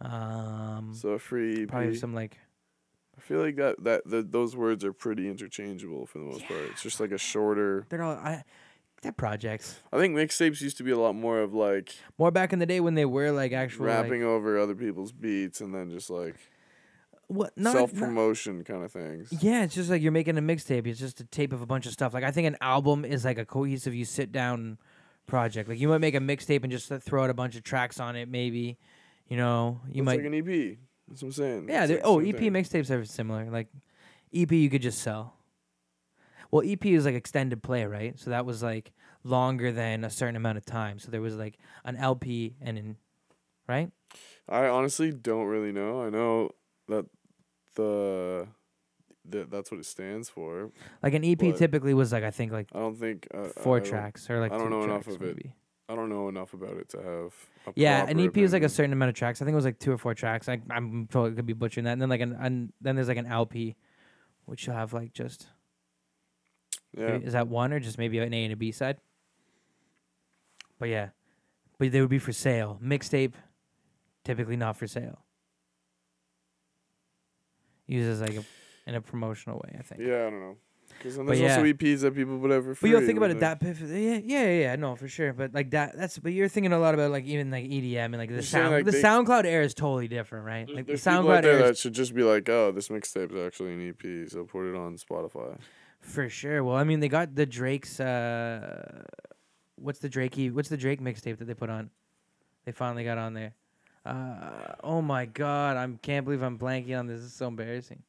S1: Um,
S2: so a free EP.
S1: probably some like
S2: I feel like that that the, those words are pretty interchangeable for the most part. It's just like a shorter.
S1: they're all I, they're projects.
S2: I think mixtapes used to be a lot more of like
S1: More back in the day when they were like actual like-
S2: rapping over other people's beats and then just like
S1: what not,
S2: self
S1: not-
S2: promotion kind of things.
S1: Yeah, it's just like you're making a mixtape. It's just a tape of a bunch of stuff. Like I think an album is like a cohesive you sit down project. Like you might make a mixtape and just th- throw out a bunch of tracks on it. Maybe, you know, you
S2: It's
S1: might.
S2: like an EP. That's what I'm saying.
S1: yeah.
S2: It's
S1: they're
S2: like the
S1: oh,
S2: same
S1: EP
S2: thing.
S1: mixtapes are similar. Like EP, you could just sell. Well, EP is like extended play, right? So that was like longer than a certain amount of time. So there was like an LP and an, right?
S2: I honestly don't really know. I know that the that that's what it stands for.
S1: Like an EP
S2: But-
S1: typically was like I think like
S2: I don't think uh,
S1: four
S2: I don't-
S1: tracks or like
S2: I don't
S1: two
S2: know enough
S1: tracks
S2: of it.
S1: maybe.
S2: I don't know enough about it to have. A
S1: Yeah, an EP
S2: proper
S1: is like a
S2: opinion.
S1: certain amount of tracks. I think it was like two or four tracks. I, I'm probably could be butchering that. And then like an, an then there's like an LP, which you'll have like just
S2: Yeah.
S1: is that one or just maybe an A and a B side. But yeah, but they would be for sale. Mixtape, typically not for sale. Uses like a, in a promotional way, I think.
S2: Yeah, I don't know. Because then
S1: But
S2: there's also
S1: yeah.
S2: EPs that people would ever.
S1: But you'll think about it that piff- yeah, yeah, yeah, yeah, no, for sure. But like that, that's. But you're thinking a lot about like even like EDM and like the
S2: You're saying,
S1: sound.
S2: like,
S1: the
S2: they-
S1: SoundCloud era is totally different, right? Like the
S2: There's people out
S1: SoundCloud
S2: there
S1: era,
S2: that
S1: is
S2: should just be like, "Oh, this mixtape is actually an EP, so put it on Spotify."
S1: for sure. Well, I mean, they got the Drake's. uh What's the Drake? What's the Drake mixtape that they put on? They finally got on there. Uh, oh my god, I can't believe I'm blanking on this. This is so embarrassing.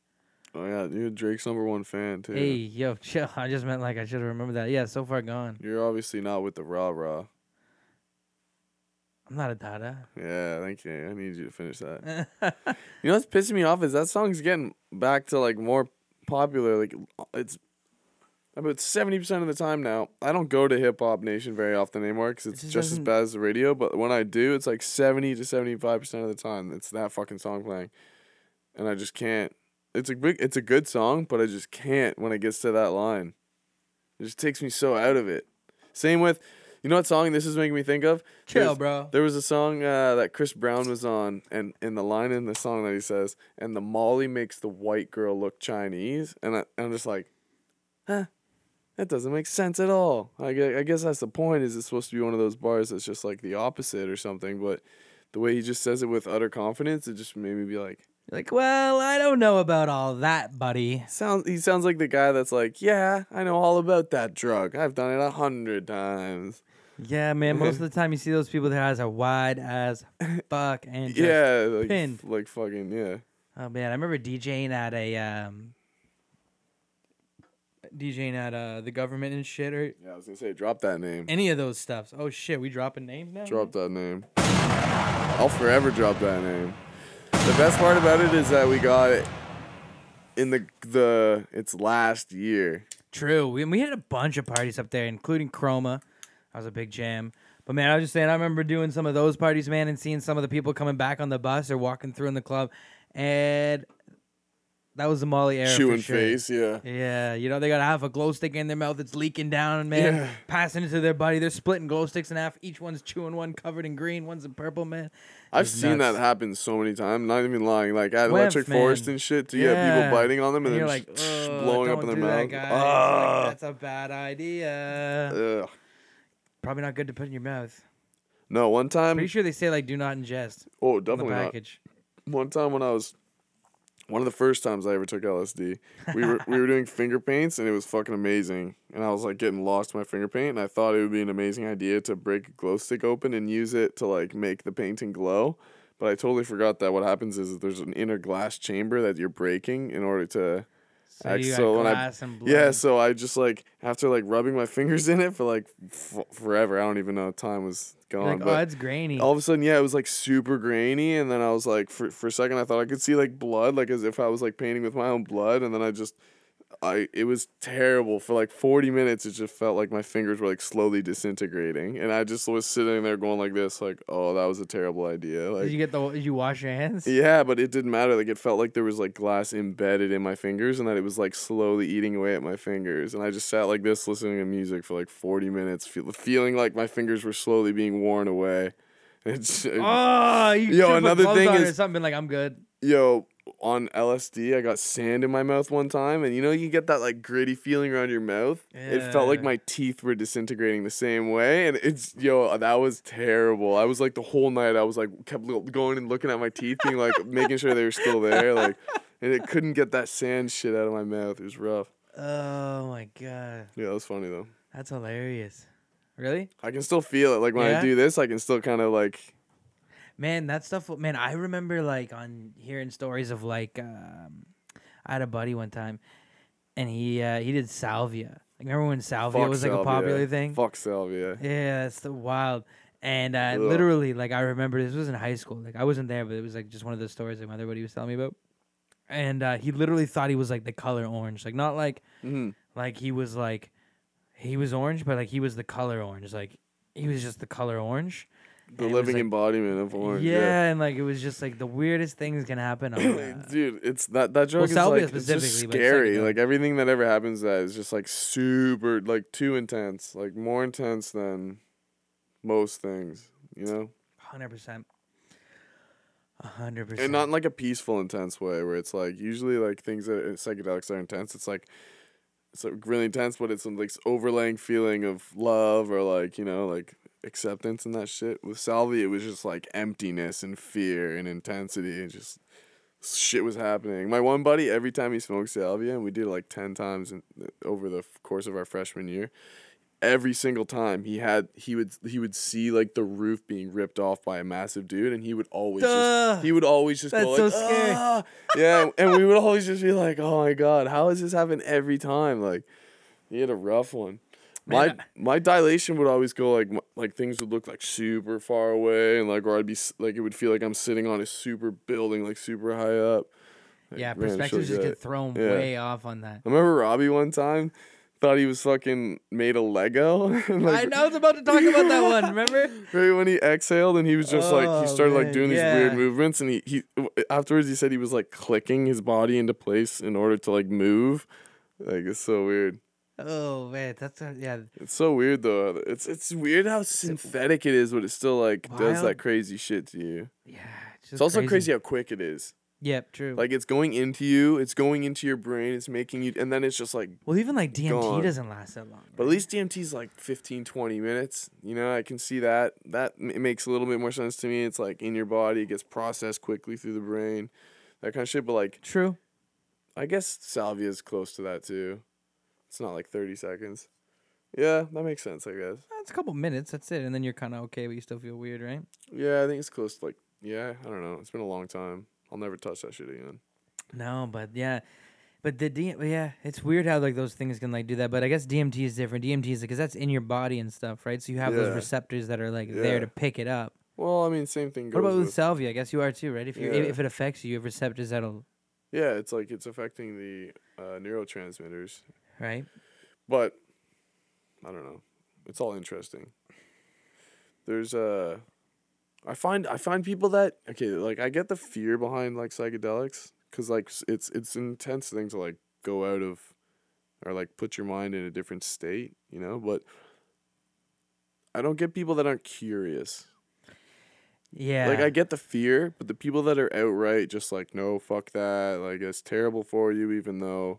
S2: Oh yeah, you're Drake's number one fan too.
S1: Hey, yo, chill. I just meant like I should have remembered that. Yeah, so far gone.
S2: You're obviously not with the rah rah.
S1: I'm not a Dada.
S2: Yeah, thank you. I need you to finish that. You know what's pissing me off is that song's getting back to like more popular. Like it's about seventy percent of the time now. I don't go to Hip Hop Nation very often anymore because it's
S1: just
S2: just, as
S1: doesn't-
S2: bad as the radio. But when I do, it's like seventy to seventy five percent of the time it's that fucking song playing, and I just can't. It's a big, it's a good song, but I just can't when it gets to that line. It just takes me so out of it. Same with, you know what song this is making me think of?
S1: Chill,
S2: There's-
S1: bro.
S2: there was a song uh, that Chris Brown was on, and in the line in the song that he says, "And the Molly makes the white girl look Chinese," and I, I'm just like, huh, that doesn't make sense at all. I guess, I guess that's the point. Is it's supposed to be one of those bars that's just like the opposite or something? But the way he just says it with utter confidence, it just made me be like,
S1: Like, well, I don't know about all that, buddy.
S2: sounds. He sounds like the guy that's like, yeah, I know all about that drug. I've done it a hundred times.
S1: Yeah, man. Most of the time, you see those people. Their eyes are wide as fuck, and just,
S2: yeah, like,
S1: pinned.
S2: like fucking yeah.
S1: Oh man, I remember DJing at a um, DJing at uh the government and shit or
S2: Yeah, I was gonna say, drop that name.
S1: any of those stuffs. Oh shit, we dropping names now.
S2: Drop that name. I'll forever drop that name. The best part about it is that we got it in the the it's last year.
S1: True. We we had a bunch of parties up there, including Chroma. That was a big jam. But man, I was just saying, I remember doing some of those parties, man, and seeing some of the people coming back on the bus or walking through in the club, and that was the Molly era.
S2: Shoe
S1: for
S2: in
S1: sure.
S2: face, yeah.
S1: Yeah, you know they gotta have a glow stick in their mouth. It's leaking down, man.
S2: Yeah.
S1: Passing it to their buddy. They're splitting glow sticks in half. Each one's chewing one, covered in green. One's in purple, man.
S2: I've
S1: It's
S2: seen
S1: nuts.
S2: that happen so many times. Not even lying. Like at
S1: Wimp,
S2: Electric Forest
S1: man.
S2: and shit, do you have
S1: Yeah.
S2: people biting on them and,
S1: you're
S2: then
S1: like,
S2: just
S1: "Ugh,
S2: blowing up in
S1: don't
S2: their
S1: do that,
S2: mouth?
S1: guys.
S2: Ah.
S1: Like, That's a bad idea.
S2: Ugh.
S1: Probably not good to put in your mouth.
S2: No, one time.
S1: Pretty sure they say like, do not ingest
S2: oh,
S1: on the
S2: definitely not.
S1: package.
S2: one time when I was one of the first times I ever took LSD, we were we were doing finger paints and it was fucking amazing. And I was like getting lost in my finger paint and I thought it would be an amazing idea to break a glow stick open and use it to like make the painting glow. But I totally forgot that what happens is that there's an inner glass chamber that you're breaking in order to
S1: So
S2: Like,
S1: you got
S2: so when I-
S1: glass and blood.
S2: yeah, so I just like after like rubbing my fingers in it for like f- forever. I don't even know time was
S1: You're
S2: gone.
S1: like,
S2: but
S1: oh, it's grainy.
S2: all of a sudden, yeah, it was like super grainy, and then I was like, for for a second, I thought I could see like blood, like as if I was like painting with my own blood, and then I just I it was terrible for like 40 minutes. It just felt like my fingers were like slowly disintegrating, and I just was sitting there going like this, like, "Oh, that was a terrible idea." Like,
S1: Did you get the? Did you wash your hands?
S2: yeah, but it didn't matter. Like it felt like there was like glass embedded in my fingers and that it was like slowly eating away at my fingers. And I just sat like this listening to music for like 40 minutes, feel, feeling like my fingers were slowly being worn away. It's
S1: Oh, you
S2: Yo,
S1: should put
S2: another
S1: gloves
S2: thing
S1: on
S2: is-
S1: or something like I'm good.
S2: yo, on LSD, I got sand in my mouth one time and you know you get that like gritty feeling around your mouth. It felt like
S1: Yeah.
S2: my teeth were disintegrating the same way and it's yo, that was terrible. I was like the whole night I was like kept lo- going and looking at my teeth being like making sure they were still there like and it couldn't get that sand shit out of my mouth. It was rough.
S1: Oh my god,
S2: Yeah, that was funny though.
S1: that's hilarious. Really,
S2: I can still feel it. Like when
S1: Yeah?
S2: I do this, I can still kind of like
S1: man, that stuff. Man, I remember like on hearing stories of like um, I had a buddy one time, and he uh, he did salvia. Like, remember when salvia
S2: fuck
S1: was like a
S2: salvia.
S1: popular thing?
S2: Fuck salvia.
S1: Yeah, that's the wild. And uh,
S2: Ugh.
S1: literally, like I remember this was in high school. Like I wasn't there, but it was like just one of those stories that my other buddy was telling me about. And uh, he literally thought he was like the color orange, like not like
S2: Mhm.
S1: like he was like he was orange, but like he was the color orange. Like he was just the color orange.
S2: The
S1: And it was,
S2: living
S1: like,
S2: embodiment of orange.
S1: Yeah, and like it was just like the weirdest things can happen. On, uh,
S2: Dude, it's that that drug
S1: salvia
S2: is like it's just
S1: specifically, but
S2: scary.
S1: psychedelic.
S2: Like everything that ever happens to that is just like super, like too intense, like more intense than most things, you know.
S1: hundred percent, hundred percent.
S2: And not in like a peaceful, intense way where it's like usually like things that are- psychedelics are intense. It's like it's like really intense, but it's some like overlaying feeling of love or like you know like acceptance and that shit. With salvia, it was just like emptiness and fear and intensity and just shit was happening. My one buddy, every time he smoked salvia, and we did it like ten times in, over the f- course of our freshman year. Every single time he had, he would he would see like the roof being ripped off by a massive dude, and he would always
S1: Duh.
S2: just he would always just go
S1: That's
S2: like,
S1: so scary.
S2: "Ah." yeah, and we would always just be like, oh my god, how does this happen every time? Like, he had a rough one. My
S1: Man,
S2: my dilation would always go like m- like things would look like super far away and like or I'd be s- like it would feel like I'm sitting on a super building like super high up. Like,
S1: yeah,
S2: man, it
S1: perspectives
S2: feels
S1: just
S2: good.
S1: get thrown
S2: Yeah.
S1: way off on that.
S2: I remember Robbie one time thought he was fucking made a Lego. and, like,
S1: I know I was about to talk about that one. Remember?
S2: Right when he exhaled and he was just like
S1: Oh,
S2: he started
S1: man,
S2: like doing these weird
S1: yeah.
S2: movements and he, he w- afterwards he said he was like clicking his body into place in order to like move. Like it's so weird.
S1: Oh man, that's a, yeah.
S2: It's so weird though. It's it's weird how synthetic it is, but it still like does
S1: Wild.
S2: that crazy shit to you.
S1: Yeah, it's,
S2: It's
S1: just
S2: also crazy how quick it is.
S1: Yep, true.
S2: Like it's going into you, it's going into your brain, it's making you, and then it's just like.
S1: well, even like DMT
S2: gone.
S1: doesn't last that long.
S2: But at
S1: right?
S2: least DMT's like 15, 20 minutes. You know, I can see that. That m- it makes a little bit more sense to me. It's like in your body, it gets processed quickly through the brain, that kind of shit. But like,
S1: true.
S2: I guess salvia is close to that too. It's not like 30 seconds. Yeah, that makes sense, I guess.
S1: That's a couple minutes. That's it, and then you're kind of okay, but you still feel weird, right?
S2: Yeah, I think it's close to like yeah, I don't know. It's been a long time. I'll never touch that shit again.
S1: No, but yeah, but the D, yeah, it's weird how like those things can like do that. But I guess DMT is different. DMT is because that's in your body and stuff, right? So you have those
S2: Yeah.
S1: receptors that are like there
S2: Yeah.
S1: to pick it up.
S2: Well, I mean, same thing
S1: What
S2: goes.
S1: about with
S2: with,
S1: salvia? I guess you are too, right? If you
S2: Yeah.
S1: if it affects you, you have receptors that'll
S2: yeah, it's like it's affecting the uh, neurotransmitters,
S1: right.
S2: but I don't know. It's all interesting. There's uh, I find I find people that okay, like I get the fear behind like psychedelics because like s- it's it's an intense thing to like go out of or like put your mind in a different state, you know. But I don't get people that aren't curious.
S1: Yeah.
S2: Like I get the fear, but the people that are outright just like, no, fuck that. Like it's terrible for you, even though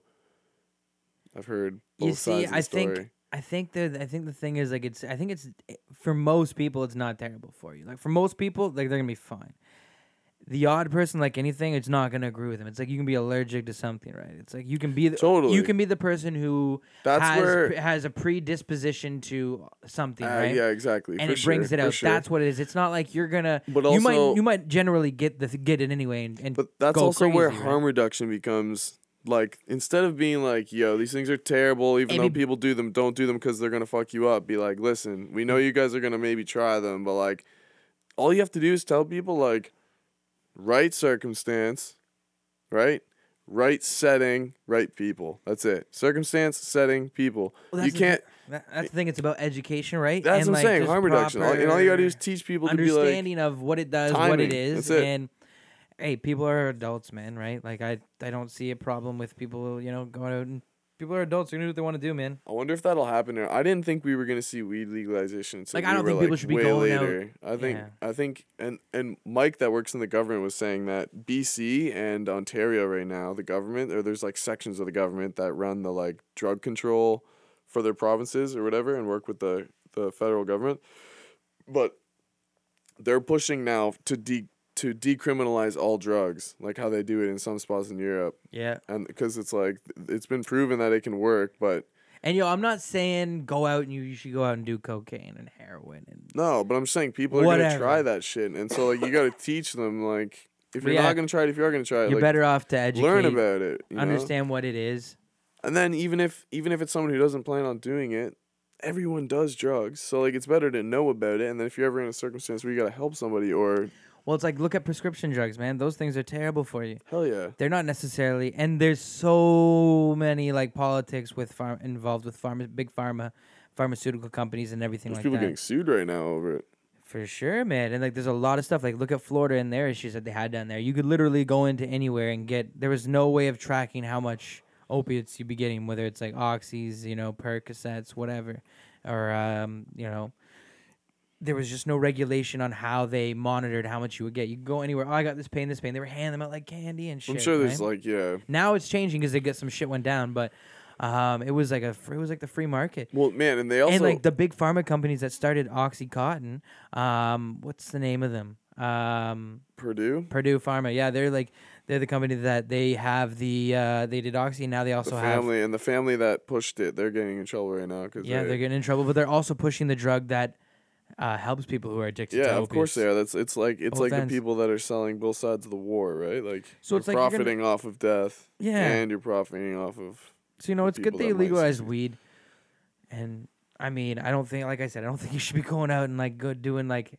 S2: I've heard both
S1: you see,
S2: sides of the
S1: I
S2: story.
S1: think I think the I think the thing is like it's I think it's eh, for most people it's not terrible for you. Like for most people, like they're gonna be fine. The odd person, like anything, it's not gonna agree with them. It's like you can be allergic to something, right? It's like you can be the,
S2: Totally.
S1: you can be the person who
S2: That's
S1: has
S2: where-
S1: pre- has a predisposition to something,
S2: Uh,
S1: right?
S2: Yeah, exactly.
S1: And
S2: for
S1: it brings
S2: sure,
S1: it
S2: for
S1: out.
S2: sure.
S1: That's what it is. It's not like you're gonna.
S2: But
S1: you might
S2: also-
S1: you might generally get the get it anyway, and, and
S2: But that's
S1: go
S2: also where
S1: crazy, right?
S2: harm reduction becomes like instead of being like, yo, these things are terrible, even
S1: Maybe-
S2: though people do them, don't do them because they're gonna fuck you up. Be like, listen, we know you guys are gonna maybe try them, but like, all you have to do is tell people like, right circumstance, right, right setting, right people. That's it. Circumstance, setting, people.
S1: Well,
S2: you
S1: that's the-
S2: can't.
S1: That- that's the thing. It's about education, right?
S2: That's
S1: And,
S2: what I'm
S1: like,
S2: saying.
S1: just
S2: Harm reduction. All- and all you gotta do is
S1: proper
S2: teach people to be like.
S1: understanding of what it does, what
S2: timing.
S1: it is,
S2: That's it.
S1: and hey, people are adults, man. Right? Like I, I don't see a problem with people. You know, going out and people are adults. They're gonna do what they want to do, man.
S2: I wonder if that'll happen. Or I didn't think we were gonna see weed legalization. until
S1: Like, I
S2: we
S1: don't
S2: were,
S1: think people
S2: like,
S1: should be
S2: way
S1: going out-
S2: later. I think
S1: Yeah.
S2: I think and and Mike that works in the government was saying that BC and Ontario right now the government or there's like sections of the government that run the like drug control for their provinces or whatever and work with the the federal government, but they're pushing now to de to decriminalize all drugs like how they do it in some spots in Europe
S1: Yeah.
S2: and because it's like it's been proven that it can work but
S1: And yo, I'm not saying go out and you, you should go out and do cocaine and heroin and
S2: No, but I'm saying people are gonna
S1: Whatever.
S2: try that shit, and so like you gotta teach them like if you're
S1: Yeah.
S2: not gonna try it, if you are gonna try it,
S1: you're
S2: like,
S1: better off to educate,
S2: learn about it, you know?
S1: understand what it is.
S2: And then even if even if it's someone who doesn't plan on doing it, everyone does drugs, so like it's better to know about it. And then if you're ever in a circumstance where you gotta help somebody, or
S1: Well, it's like look at prescription drugs, man. Those things are terrible for you.
S2: hell yeah,
S1: They're not necessarily, and there's so many like politics with farm involved with pharma, big pharma, pharmaceutical companies and everything
S2: there's
S1: like
S2: people
S1: that.
S2: getting sued right now over it.
S1: For sure, man. And like, there's a lot of stuff. Like, look at Florida and their issues that they had down there. You could literally go into anywhere and get. There was no way of tracking how much opiates you'd be getting, whether it's like oxys, you know, Percocets, whatever, or um, you know. There was just no regulation on how they monitored how much you would get. You could go anywhere. Oh, I got this pain, this pain. They were handing them out like candy and shit.
S2: I'm sure
S1: right?
S2: there's like yeah,
S1: now it's changing because they get some shit went down, but um, it was like a fr- it was like the free market
S2: well man, and they also
S1: and like the big pharma companies that started OxyContin, um, what's the name of them? Um,
S2: Purdue,
S1: Purdue Pharma. Yeah, they're like they're the company that they have the uh, they did Oxy. Now they
S2: the
S1: also have
S2: family, and the family that pushed it, they're getting in trouble right now because
S1: yeah
S2: they,
S1: they're getting in trouble, but they're also pushing the drug that uh, helps people who are addicted. to
S2: Yeah, of
S1: opiates.
S2: course they are. That's it's like it's
S1: Both
S2: like
S1: ends.
S2: the people that are selling both sides of the war, right? Like
S1: So
S2: you're
S1: it's like you're gonna-
S2: profiting off of death.
S1: Yeah.
S2: And you're profiting off of
S1: So you know
S2: the
S1: it's good
S2: people
S1: they
S2: that might
S1: legalized
S2: succeed.
S1: weed, and I mean I don't think like I said I don't think you should be going out and like go doing like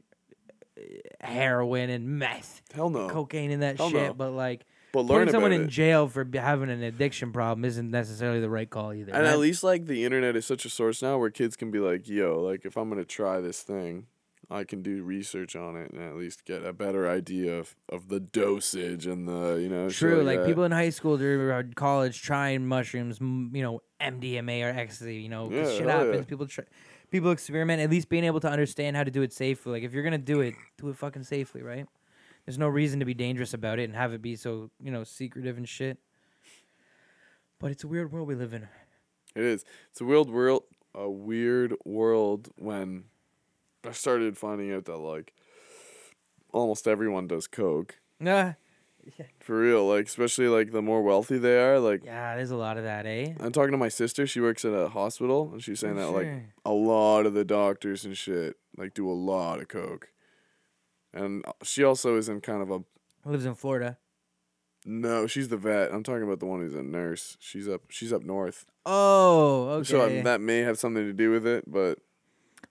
S1: heroin and meth
S2: hell no.
S1: cocaine and that
S2: Hell
S1: shit.
S2: no.
S1: But like,
S2: But learn
S1: putting someone
S2: about
S1: in
S2: it.
S1: jail for b- having an addiction problem isn't necessarily the right call either.
S2: and
S1: That-
S2: at least like the internet is such a source now where kids can be like, yo, like if I'm gonna try this thing, I can do research on it and at least get a better idea of, of the dosage and the you know shit
S1: true, like,
S2: that.
S1: people in high school or or college trying mushrooms, m- you know, MDMA or ecstasy, you know, 'cause
S2: Yeah,
S1: shit
S2: hell yeah.
S1: happens. People try, people experiment. At least being able to understand how to do it safely. Like if you're gonna do it, do it fucking safely, right? There's no reason to be dangerous about it and have it be so you know secretive and shit. But it's a weird world we live in.
S2: It is. It's a weird world. A weird world when I started finding out that like almost everyone does coke.
S1: Nah.
S2: For real, like especially like the more wealthy they are, like
S1: Yeah, there's a lot of that, eh?
S2: I'm talking to my sister. She works at a hospital, and she's saying
S1: For
S2: that like
S1: Oh, sure.
S2: a lot of the doctors and shit like do a lot of coke, and uh, she also is in kind of a
S1: Lives in Florida.
S2: no. She's the vet. I'm talking about the one who's a nurse. She's up. She's up north,
S1: Oh, okay.
S2: so um, that may have something to do with it. But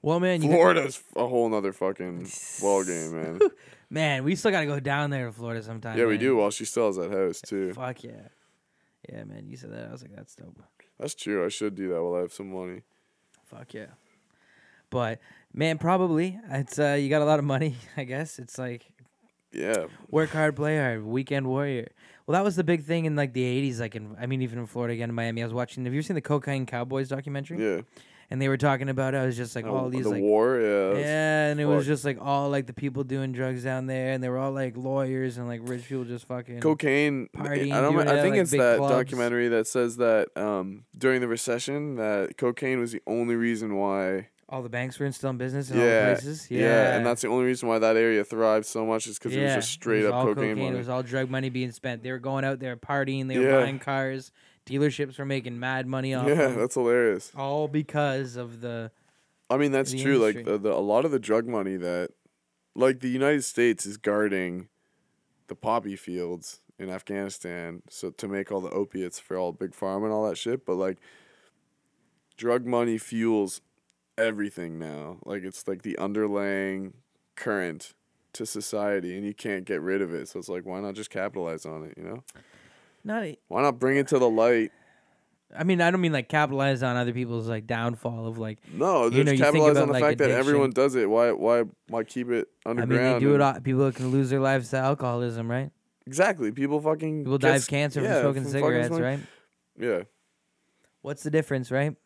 S1: well, man, you got-
S2: Florida's a whole nother fucking ball game, man.
S1: man, we still gotta go down there to Florida sometime.
S2: yeah, we
S1: man.
S2: do. While she still has that house too.
S1: Fuck yeah, yeah, man. You said that, I was like, that's dope.
S2: That's true. I should do that while I have some money.
S1: Fuck yeah. But man, probably it's uh, you got a lot of money. I guess it's like
S2: Yeah,
S1: work hard, play hard, weekend warrior. Well, that was the big thing in like the '80s. Like, in, I mean, even in Florida, again in Miami, I was watching. Have you seen the Cocaine Cowboys documentary?
S2: yeah.
S1: And they were talking about. it. I was just like,
S2: Uh,
S1: all these
S2: the
S1: like
S2: war. Yeah. that's-
S1: Yeah, and it was
S2: fucked.
S1: just like all like the people doing drugs down there, and they were all like lawyers and like rich people just fucking.
S2: cocaine
S1: partying,
S2: I don't
S1: doing
S2: know-
S1: it at,
S2: I think
S1: like,
S2: it's
S1: big
S2: that
S1: clubs.
S2: documentary that says that um, during the recession that cocaine was the only reason why
S1: All the banks were in- still in business in all
S2: yeah,
S1: the places. Yeah,
S2: and that's the only reason why that area thrived so much is because it was
S1: Yeah,
S2: just straight
S1: was
S2: up
S1: all
S2: cocaine,
S1: It
S2: money.
S1: was all drug money being spent. They were going out there partying. They were
S2: Yeah.
S1: buying cars. Dealerships were making mad money off.
S2: yeah,
S1: them,
S2: that's hilarious.
S1: all because of the
S2: I mean, that's
S1: the
S2: true. Like
S1: industry.
S2: the, the, a lot of the drug money that, like the United States is guarding, the poppy fields in Afghanistan, so to make all the opiates for all big pharma and all that shit. But like, drug money fuels everything now. Like it's like the underlying current to society, and you can't get rid of it. So it's like, why not just capitalize on it? You know?
S1: Not. e,
S2: Why not bring it to the light?
S1: I mean, I don't mean like capitalize on other people's like downfall of like.
S2: No,
S1: You
S2: just
S1: know, you think
S2: capitalize on
S1: about,
S2: the
S1: like,
S2: fact that everyone
S1: addiction.
S2: does it. Why why why keep it
S1: I mean,
S2: underground?
S1: they do it.
S2: and-
S1: All, people can lose their lives to alcoholism, right?
S2: Exactly. People fucking
S1: People
S2: get
S1: die of
S2: s-
S1: cancer
S2: yeah,
S1: from smoking
S2: fucking
S1: cigarettes,
S2: smoking-
S1: right?
S2: Yeah.
S1: What's the difference, right?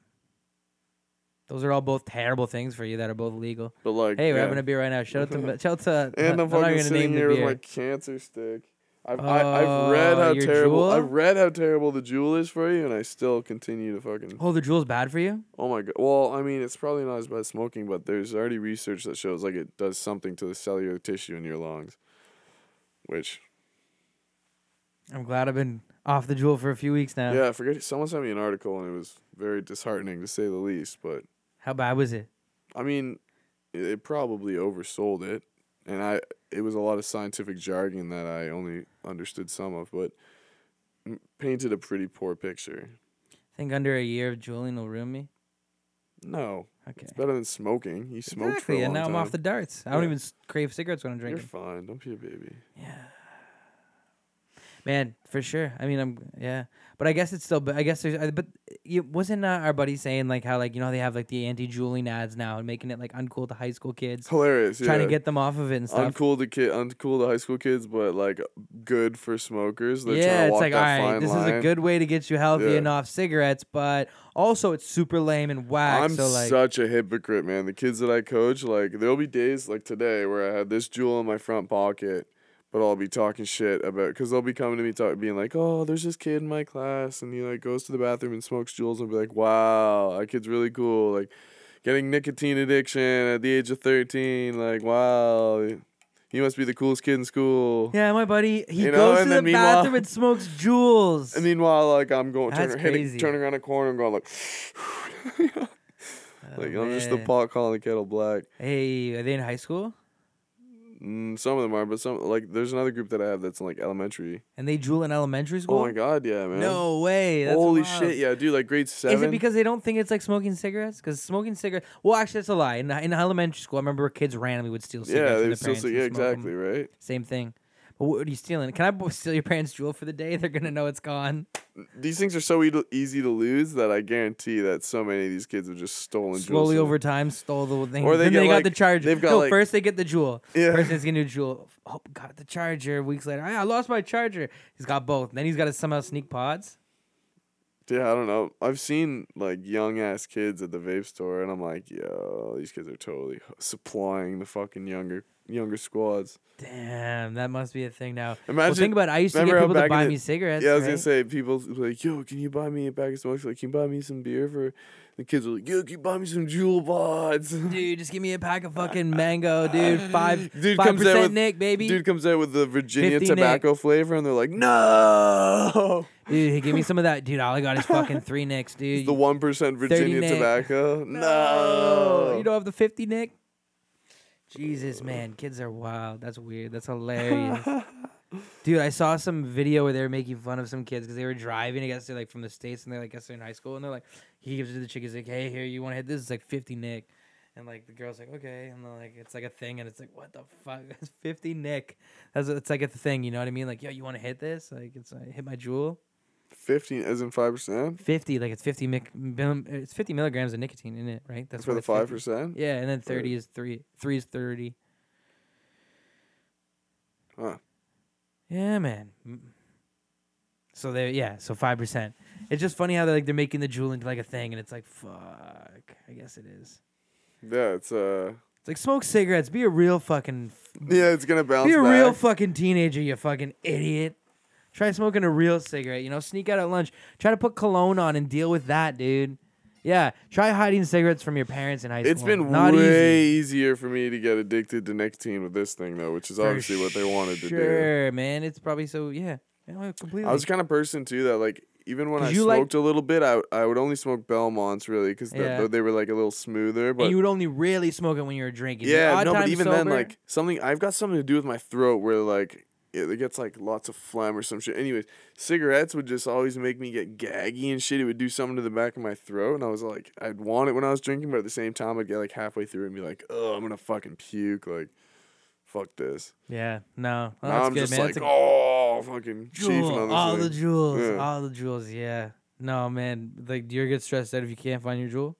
S1: Those are all both terrible things for you that are both legal.
S2: But like
S1: Hey, we're
S2: yeah.
S1: having a beer right now. Shout out to shout out to.
S2: And I'm
S1: not
S2: fucking
S1: even gonna
S2: sitting
S1: name the
S2: here with
S1: beer.
S2: my cancer stick. I've, I, I've read
S1: Oh,
S2: how
S1: your
S2: terrible
S1: Juul?
S2: I've read how terrible the jewel is for you, and I still continue to fucking.
S1: Oh, the jewel's bad for you.
S2: Oh my god. Well, I mean, it's probably not as bad as smoking, but there's already research that shows like it does something to the cellular tissue in your lungs, which
S1: I'm glad I've been off the jewel for a few weeks now.
S2: yeah, I forget. Someone sent me an article, and it was very disheartening to say the least. But
S1: How bad was it?
S2: I mean, it, it probably oversold it, and I it was a lot of scientific jargon that I only understood some of, but m- painted a pretty poor picture.
S1: think under a year of jeweling will ruin me.
S2: No,
S1: Okay.
S2: it's better than smoking. You smoked for a
S1: Exactly, and
S2: long
S1: now I'm off the
S2: time.
S1: darts. I don't
S2: Yeah.
S1: even s- crave cigarettes when I'm
S2: You're
S1: drinking.
S2: fine. Don't be a baby.
S1: Man, for sure. I mean, I'm yeah, but I guess it's still. But I guess there's. I- But it wasn't uh, our buddy saying like how like you know they have like the anti-juuling ads now and making it like uncool to high school kids,
S2: Hilarious.
S1: trying to
S2: yeah.
S1: get them off of it and stuff.
S2: uncool to kid, uncool to high school kids, but like good for smokers. They're trying
S1: yeah,
S2: to
S1: it's
S2: walk
S1: like all
S2: that
S1: right,
S2: fine
S1: this
S2: line.
S1: is a good way to get you healthy
S2: Yeah.
S1: and off cigarettes, but also it's super lame and whack.
S2: I'm
S1: so like,
S2: such a hypocrite, man. The kids that I coach, like there'll be days like today where I had this jewel in my front pocket, but I'll be talking shit about because they'll be coming to me talking, being like, "Oh, there's this kid in my class, and he like goes to the bathroom and smokes jewels," and I'll be like, "Wow, that kid's really cool." Like getting nicotine addiction at the age of 13, like wow, he must be the coolest kid in school.
S1: yeah, my buddy, he
S2: You know,
S1: goes
S2: and
S1: to the
S2: then meanwhile-
S1: bathroom and smokes jewels.
S2: And meanwhile, like I'm going
S1: That's
S2: turning, hitting,
S1: crazy.
S2: turning around a corner and going like, like I'm just the
S1: Oh, man.
S2: pot calling the kettle black.
S1: hey, are they in high school?
S2: Mm, some of them are, but some like there's another group that I have that's in like elementary.
S1: And they jewel in elementary school?
S2: Oh my god, yeah, man.
S1: No way. That's
S2: Holy
S1: wild.
S2: shit, yeah, dude, like grade seven.
S1: Is it because they don't think it's like smoking cigarettes? Because smoking cigarettes. Well, actually, that's a lie. In, in elementary school, I remember kids randomly would steal cigarettes.
S2: yeah,
S1: from
S2: they
S1: their
S2: still
S1: parents
S2: say,
S1: and
S2: yeah,
S1: smoke 'em.
S2: exactly, right.
S1: Same thing. But what are you stealing? Can I bo- steal your parents' jewel for the day? They're gonna know it's gone.
S2: These things are so e- easy to lose that I guarantee that so many of these kids have just stolen.
S1: Slowly
S2: jewels.
S1: over time, stole the thing.
S2: Or they
S1: then
S2: get,
S1: they got
S2: like-
S1: the charger.
S2: they've got,
S1: no,
S2: like-
S1: first they get the jewel.
S2: Yeah.
S1: First he's getting a jewel. Oh, got the charger. Weeks later, "Ah, I lost my charger. He's got both. Then he's got to somehow sneak pods.
S2: Yeah, I don't know. I've seen like young ass kids at the vape store, and I'm like, yo, these kids are totally supplying the fucking younger younger squads.
S1: Damn, that must be a thing now. well,
S2: Imagine-
S1: think about it. I used to get
S2: remember how
S1: people to
S2: back in
S1: buy
S2: the-
S1: me cigarettes.
S2: yeah, I was
S1: right?
S2: gonna say people be like, yo, can you buy me a pack of smokes? Like, can you buy me some beer for? The kids were like, yo, can you buy me some jewel pods?
S1: Dude, just give me a pack of fucking mango, dude. Five,
S2: Dude
S1: five
S2: comes out
S1: percent
S2: with
S1: Nick, baby.
S2: Dude
S1: Dude.
S2: comes out with the Virginia
S1: 50 Nick.
S2: tobacco flavor, and they're like, no.
S1: he give me some of that, dude. All I got is fucking three nicks, dude.
S2: The one percent
S1: 30
S2: Virginia
S1: Nick.
S2: tobacco.
S1: Oh,
S2: No.
S1: you don't have the fifty Nick. Jesus, man, kids are wild. That's weird. That's hilarious. Dude, I saw some video where they were making fun of some kids because they were driving. I guess they're like from the states, and they're like, I guess they're in high school, and they're like, he gives it to the chick. He's like, "Hey, here, you want to hit this?" It's like fifty Nick, and like the girl's like, "Okay," and then like it's like a thing, and it's like, "What the fuck?" It's fifty Nick. That's it's like a thing, you know what I mean? Like, yo, you want to hit this? Like, it's like, hit my jewel.
S2: Fifteen as in five percent
S1: Fifty, like it's fifty mic, mil- it's fifty milligrams of nicotine in it, right? That's
S2: for
S1: why
S2: the
S1: it's 50.
S2: five percent.
S1: Yeah, and then thirty is three. Three is thirty.
S2: Huh.
S1: Yeah, man. Mm. So they yeah, so five percent. It's just funny how they're like they're making the jewel into like a thing, and it's like fuck. I guess it is.
S2: Yeah, it's uh.
S1: It's like smoke cigarettes. Be a real fucking.
S2: Yeah, it's gonna bounce.
S1: Be a
S2: back.
S1: real fucking teenager, you fucking idiot. Try smoking a real cigarette. You know, sneak out at lunch. Try to put cologne on and deal with that, dude. Yeah, try hiding cigarettes from your parents in high school.
S2: It's been
S1: Not
S2: way
S1: easy.
S2: easier for me to get addicted to nicotine with this thing though, which is
S1: For
S2: obviously what they wanted to do.
S1: Sure, man. It's probably so yeah. Yeah, completely.
S2: I was the kind of person too that like even when
S1: 'Cause
S2: I
S1: you like-
S2: smoked a little bit, I I would only smoke Belmonts really because
S1: Yeah.
S2: they were like a little smoother. But
S1: and you would only really smoke it when you were drinking. The
S2: yeah,
S1: odd
S2: no, but
S1: time
S2: even then
S1: sober-
S2: like something I've got something to do with my throat where like it, it gets like lots of phlegm or some shit. Anyways, cigarettes would just always make me get gaggy and shit. It would do something to the back of my throat, and I was like, I'd want it when I was drinking, but at the same time, I'd get like halfway through and be like, oh, I'm gonna fucking puke, like. fuck this.
S1: Yeah, no, oh,
S2: now
S1: that's
S2: I'm
S1: good,
S2: just
S1: man.
S2: like,
S1: That's a
S2: oh, fucking chiefing
S1: jewel,
S2: on this
S1: all
S2: thing.
S1: the jewels,
S2: Yeah.
S1: all the jewels. Yeah, no, man, like you're get stressed out if you can't find your jewel.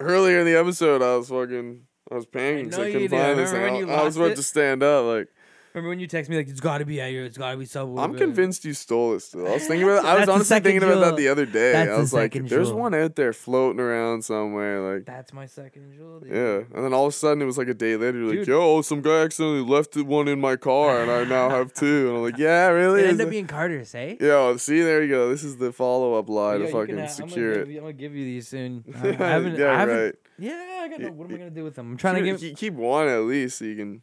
S2: Earlier in the episode, I was fucking, I was panicking. 'cause
S1: know
S2: I
S1: you
S2: couldn't
S1: did. I
S2: find this
S1: remember when
S2: thing.
S1: you
S2: I, I was
S1: lost
S2: about
S1: it.
S2: to stand up. Like,
S1: Remember when you text me like it's got to be at your, it's got to be subway.
S2: I'm
S1: but-
S2: convinced you stole it. Still, I was thinking about. I was
S1: That's the
S2: honestly
S1: second
S2: thinking about that
S1: jewel.
S2: the other day.
S1: That's
S2: I
S1: the
S2: was like,
S1: second
S2: there's
S1: jewel.
S2: one out there floating around somewhere. Like,
S1: That's my second jewel. Dude.
S2: yeah. And then all of a sudden, it was like a day later. Like,
S1: Dude.
S2: yo, some guy accidentally left the one in my car, and I now have two. And I'm like, yeah, really.
S1: It
S2: Is
S1: ended
S2: it-
S1: up being Carter's, eh?
S2: Yo, see, there you go. This is the follow up lie
S1: Yeah,
S2: to
S1: you
S2: fucking
S1: can, uh,
S2: secure
S1: I'm gonna, give,
S2: it.
S1: you- I'm gonna give you these soon. Um, I haven't,
S2: yeah,
S1: I haven't,
S2: right.
S1: Yeah, I got
S2: Y-
S1: no. What am I
S2: y-
S1: gonna do with them? I'm trying to
S2: Keep-
S1: give.
S2: keep, keep one at least so you can.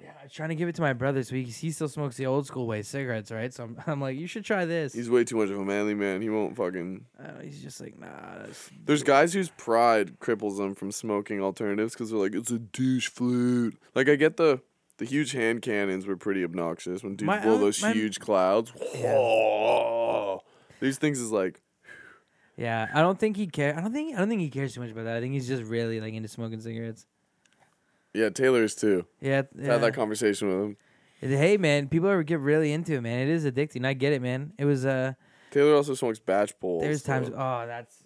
S1: yeah, I'm trying to give it to my brother, so he, he still smokes the old school way cigarettes, right? So I'm, I'm like, you should try this.
S2: He's way too much of a manly man. He won't fucking.
S1: Uh, he's just like, nah. That's,
S2: There's guys whose pride cripples them from smoking alternatives because they're like, it's a douche flute. Like I get the the huge hand cannons were pretty obnoxious when dudes
S1: My
S2: blow
S1: own-
S2: those
S1: my-
S2: huge clouds. These things is like
S1: yeah, I don't think he care. I don't think I don't think he cares too much about that. I think he's just really like into smoking cigarettes.
S2: yeah, Taylor's too.
S1: Yeah,
S2: I Had
S1: yeah.
S2: that conversation with him.
S1: Hey man, people are get really into it, man. It is addicting. I get it, man. It was uh,
S2: Taylor also smokes batch bowls.
S1: there's times.
S2: so-
S1: Oh, that's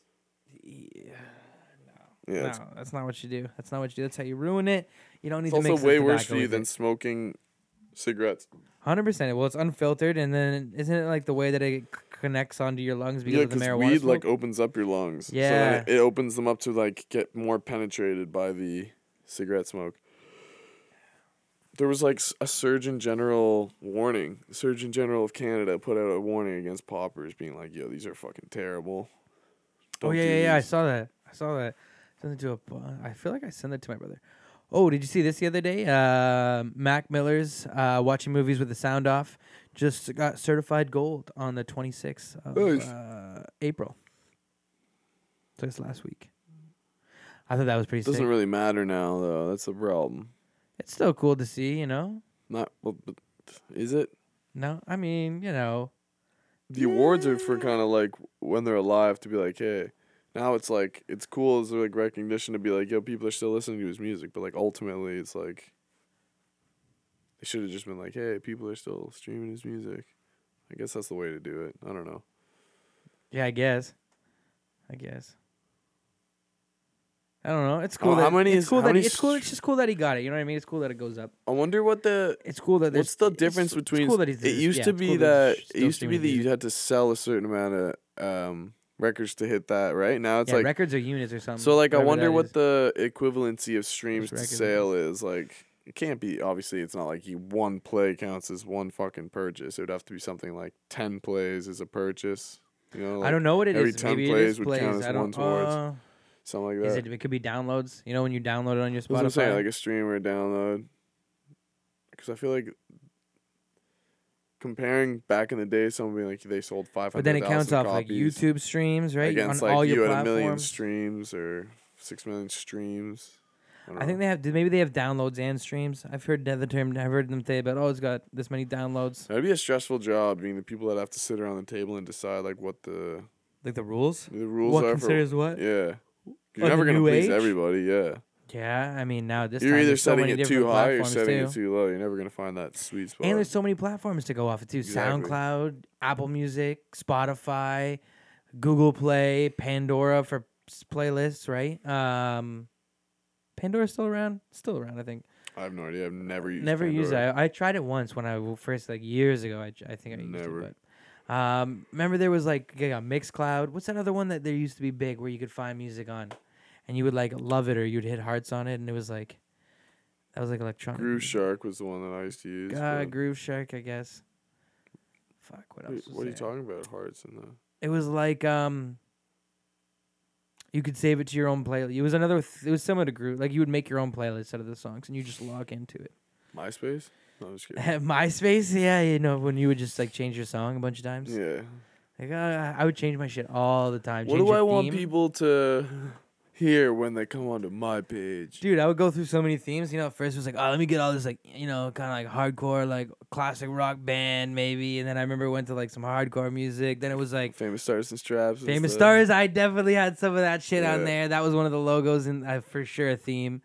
S2: yeah,
S1: no,
S2: it's,
S1: that's not what you do. That's not what you do. That's how you ruin it. You don't need
S2: it's
S1: to mix
S2: also
S1: the
S2: way worse
S1: tobacco
S2: for you
S1: with
S2: than
S1: it.
S2: smoking cigarettes.
S1: Hundred percent. Well, it's unfiltered, and then isn't it like the way that it c- connects onto your lungs because
S2: Yeah,
S1: of the
S2: because
S1: marijuana
S2: weed
S1: smoke?
S2: like opens up your lungs. So then
S1: Yeah.
S2: it, it opens them up to like get more penetrated by the cigarette smoke. There was like s- a Surgeon General warning. The Surgeon General of Canada put out a warning against poppers, being like, "Yo, these are fucking terrible."
S1: oh
S2: Don't
S1: yeah,
S2: do
S1: yeah, yeah. I
S2: these."
S1: saw that. I saw that. Sent it to a. bu- I feel like I sent that to my brother. Oh, did you see this the other day? Uh, Mac Miller's uh, watching movies with the sound off just got certified gold on the twenty sixth of
S2: Nice.
S1: uh, April. So it's last week. I thought that was pretty.
S2: Doesn't
S1: sick.
S2: really matter now, though. That's the problem.
S1: it's still cool to see, you know.
S2: Not well, but is it?
S1: No, I mean, you know.
S2: The awards are for kind of like when they're alive to be like, hey. Now it's like it's cool as like recognition to be like, yo, people are still listening to his music, but like ultimately it's like they should have just been like, hey, people are still streaming his music. I guess that's the way to do it. I don't know.
S1: Yeah, I guess. I guess. I don't know. It's
S2: Oh,
S1: cool.
S2: how
S1: that,
S2: many
S1: it's
S2: is-
S1: cool
S2: how
S1: that
S2: many
S1: he, it's cool.
S2: str-
S1: It's just cool that he got it. You know what I mean? It's cool that it goes up.
S2: I wonder what the
S1: It's cool that. there's-
S2: what's the
S1: it's-
S2: difference
S1: it's
S2: between
S1: cool that he's
S2: it
S1: doing-
S2: used
S1: yeah,
S2: to
S1: it's
S2: be
S1: cool
S2: that
S1: he's
S2: it
S1: still
S2: used to be
S1: streaming
S2: that
S1: his
S2: you
S1: music.
S2: had to sell a certain amount of um records to hit that, right? Now it's
S1: yeah,
S2: like
S1: records or units or something.
S2: So like I
S1: whatever
S2: wonder
S1: that
S2: what
S1: is.
S2: the equivalency of streams to
S1: record labels.
S2: sale is. Like it can't be obviously it's not like you one play counts as one fucking purchase. It would have to be something like ten plays is a purchase. You know,
S1: I don't know what it is.
S2: every 10
S1: Maybe
S2: plays
S1: it is
S2: would
S1: plays.
S2: count as
S1: I don't.
S2: one towards
S1: uh,
S2: something like
S1: is
S2: that.
S1: it? It could be downloads. You know when you download it on your
S2: That's what I'm
S1: Spotify.
S2: saying, like a stream or a download. Because I feel like comparing back in the day, someone being like they sold five
S1: but
S2: hundred.
S1: then it counts off like YouTube streams, right?
S2: against
S1: on
S2: like
S1: all
S2: you
S1: your
S2: had
S1: platforms.
S2: a million streams or six million streams. don't
S1: I think
S2: know.
S1: they have. Maybe they have downloads and streams. I've heard the other term. I've heard them say about oh, it's got this many downloads.
S2: That'd be a stressful job, being the people that have to sit around the table and decide like what the
S1: Like the rules.
S2: the rules
S1: what
S2: are
S1: considers
S2: for.
S1: what?
S2: Yeah,
S1: Oh,
S2: you're
S1: the
S2: never gonna
S1: new
S2: please
S1: age?
S2: everybody. Yeah,
S1: Yeah, I mean now this
S2: you're
S1: time
S2: either
S1: there's so
S2: setting
S1: many
S2: it
S1: different
S2: too high or
S1: platforms
S2: setting
S1: too.
S2: it too low. You're never gonna find that sweet spot.
S1: and there's so many platforms to go off of too.
S2: Exactly.
S1: SoundCloud, Apple Music, Spotify, Google Play, Pandora for s- playlists, right? Um Pandora's still around? Still around, I think.
S2: I have no idea. I've never used.
S1: Never used
S2: Pandora.
S1: it. I, I tried it once when I w- first like years ago. I, j- I think I used
S2: Never.
S1: it, but um, remember there was like yeah, Mixcloud. What's that other one that there used to be big where you could find music on, and you would like love it or you'd hit hearts on it, and it was like that was like electronic.
S2: Groove Shark was the one that I used to use.
S1: Uh,
S2: but-
S1: Groove Shark, I guess. Fuck, what else?
S2: Wait,
S1: was
S2: what are you
S1: there?
S2: talking about? Hearts and the
S1: It was like um. You could save it to your own playlist. It was another. Th- it was similar to Groove. Like you would make your own playlist out of the songs, and you just log into it.
S2: MySpace. No, I'm just kidding.
S1: MySpace, yeah, you know when you would just like change your song a bunch of times.
S2: yeah.
S1: Like uh, I would change my shit all the time.
S2: What
S1: change
S2: do
S1: the
S2: I want
S1: theme.
S2: people to hear when they come onto my page?
S1: Dude, I would go through so many themes. You know, at first it was like, oh, let me get all this like, you know, kind of like hardcore, like classic rock band maybe. And then I remember it went to like some hardcore music. Then it was like
S2: Famous stars and straps. was
S1: famous
S2: the-
S1: stars. I definitely had some of that shit on
S2: Yeah.
S1: there. That was one of the logos and uh, for sure a theme.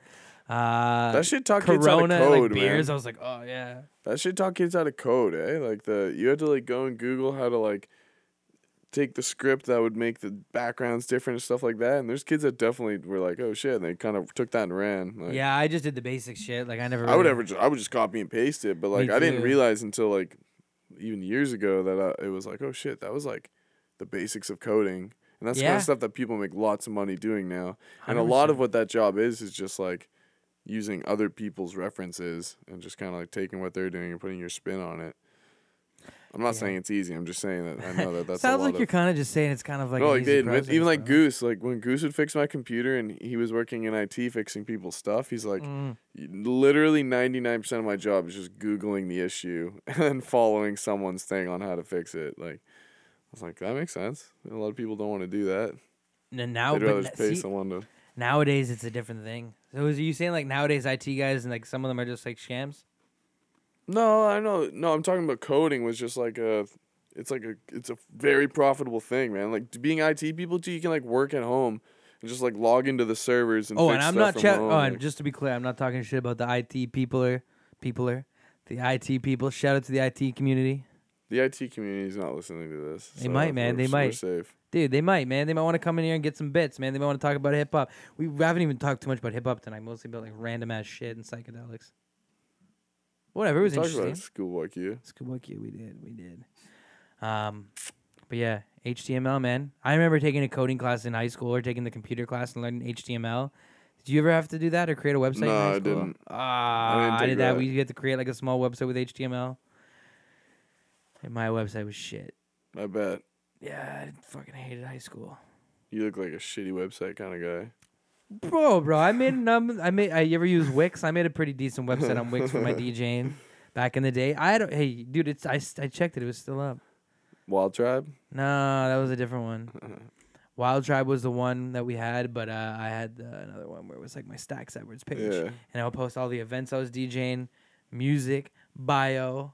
S1: Uh,
S2: That shit taught kids how to
S1: Corona, like
S2: code, man.
S1: beers. I was like, oh yeah.
S2: That should taught kids how to code, eh? Like the you had to like go and Google how to like take the script that would make the backgrounds different and stuff like that. And there's kids that definitely were like, oh shit, and they kind of took that and ran. Like,
S1: yeah, I just did the basic shit. Like I never.
S2: I would
S1: really-
S2: ever just I would just copy and paste it, but like I didn't
S1: too.
S2: realize until like even years ago that I, it was like, oh shit, that was like the basics of coding. And that's the kind
S1: Yeah.
S2: of stuff that people make lots of money doing now. And a lot of what that job is is just like using other people's references and just kind of like taking what they're doing and putting your spin on it. I'm not saying it's easy. I'm just saying that I know that that's a
S1: Sounds
S2: lot
S1: like
S2: of
S1: you're kind of just saying it's kind of like.
S2: no,
S1: an
S2: like
S1: easy
S2: they admit,
S1: process,
S2: even like
S1: bro.
S2: Goose, like when Goose would fix my computer and he was working in IT fixing people's stuff, he's like,
S1: Mm.
S2: "Y- literally 99% of my job is just Googling the issue and following someone's thing on how to fix it. Like, I was like, that makes sense. A lot of people don't want to do that.
S1: And now,
S2: They'd
S1: Oh, but
S2: rather
S1: na-
S2: just pay
S1: see,
S2: someone to.
S1: nowadays it's a different thing. So is you saying like nowadays IT guys and like some of them are just like scams?
S2: No, I know. No, I'm talking about coding was just like a. It's like a. It's a very profitable thing, man. Like being IT people too, you can like work at home and just like log into the servers and.
S1: Oh,
S2: fix
S1: and I'm
S2: stuff
S1: not.
S2: from
S1: Cha-
S2: home,
S1: oh, and
S2: like-
S1: just to be clear, I'm not talking shit about the IT peopler, peopler, the IT people. Shout out to the IT community,
S2: The IT community is not listening to this.
S1: They might, man,
S2: we're-
S1: they
S2: we're
S1: might.
S2: safe.
S1: dude. They might, man. They might want to come in here and get some bits, man. They might want to talk about hip hop. We haven't even talked too much about hip hop tonight. Mostly about like random ass shit and psychedelics. Whatever. It was
S2: Talk
S1: interesting.
S2: about schoolboy Q.
S1: Skookoo, we did, we did. Um, but yeah, HTML, man. I remember taking a coding class in high school or taking the computer class and learning HTML. Did you ever have to do that or create a website? in
S2: No,
S1: high
S2: I
S1: school?
S2: didn't.
S1: Ah,
S2: didn't
S1: I,
S2: take
S1: did that.
S2: that.
S1: We had to create like a small website with HTML, and my website was shit.
S2: I bet
S1: Yeah, I fucking hated high school.
S2: you look like a shitty website kind of guy.
S1: Bro, bro, I made um, I made. I you ever use Wix? I made a pretty decent website on Wix for my DJing back in the day. I don't. Hey, dude, it's I, s- I checked it. It was still up.
S2: Wild Tribe.
S1: No, that was a different one. Wild Tribe was the one that we had, but uh, I had uh, another one where it was like my Stacks Edwards page,
S2: Yeah.
S1: and I would post all the events I was DJing, music, bio.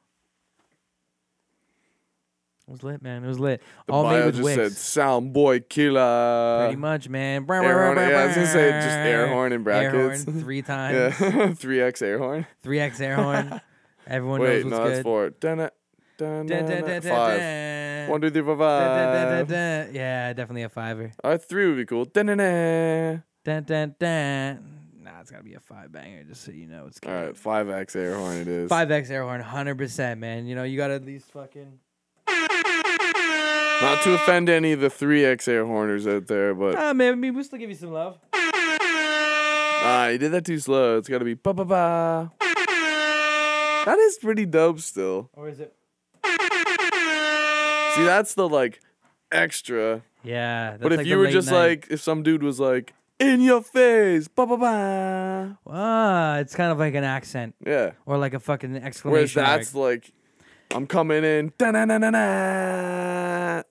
S1: It was lit, man. It was lit.
S2: The
S1: all made
S2: bio
S1: with
S2: just
S1: Wix.
S2: said "Sound Boy Killer."
S1: Pretty much, man.
S2: air horn- yeah, I was gonna say just air horn in
S1: Air
S2: brackets.
S1: horn three times.
S2: Yeah, three X air horn.
S1: Three X air horn. Everyone knows
S2: Wait, no,
S1: what's
S2: that's
S1: good.
S2: four. Dun dun
S1: Dun, dun, dun,
S2: dun
S1: dun,
S2: Five.
S1: dun.
S2: One, two, three, four,
S1: Dun, dun, dun,
S2: five.
S1: dun, dun. Yeah, definitely a fiver.
S2: Our three would be cool. Dun dun dun.
S1: Dun dun dun. Nah, it's gotta be a five banger, just so you know it's
S2: All
S1: good.
S2: right, five X air horn. It is.
S1: Five X air horn, hundred percent, man. You know you gotta at least fucking.
S2: Not to offend any of the three X air horners out there, but
S1: Ah, man, we- we'll still give you some love.
S2: Ah, you did that too slow. It's gotta be ba ba ba. That is pretty dope still.
S1: Or is it?
S2: See, that's the like extra.
S1: Yeah. That's
S2: but if
S1: like
S2: you
S1: the
S2: were
S1: late
S2: just
S1: night.
S2: like, if some dude was like, in your face, ba ba ba.
S1: ah, it's kind of like an accent
S2: Yeah.
S1: or like a fucking
S2: Whereas
S1: exclamation.
S2: that's
S1: mark.
S2: like, I'm coming in, da na na na na.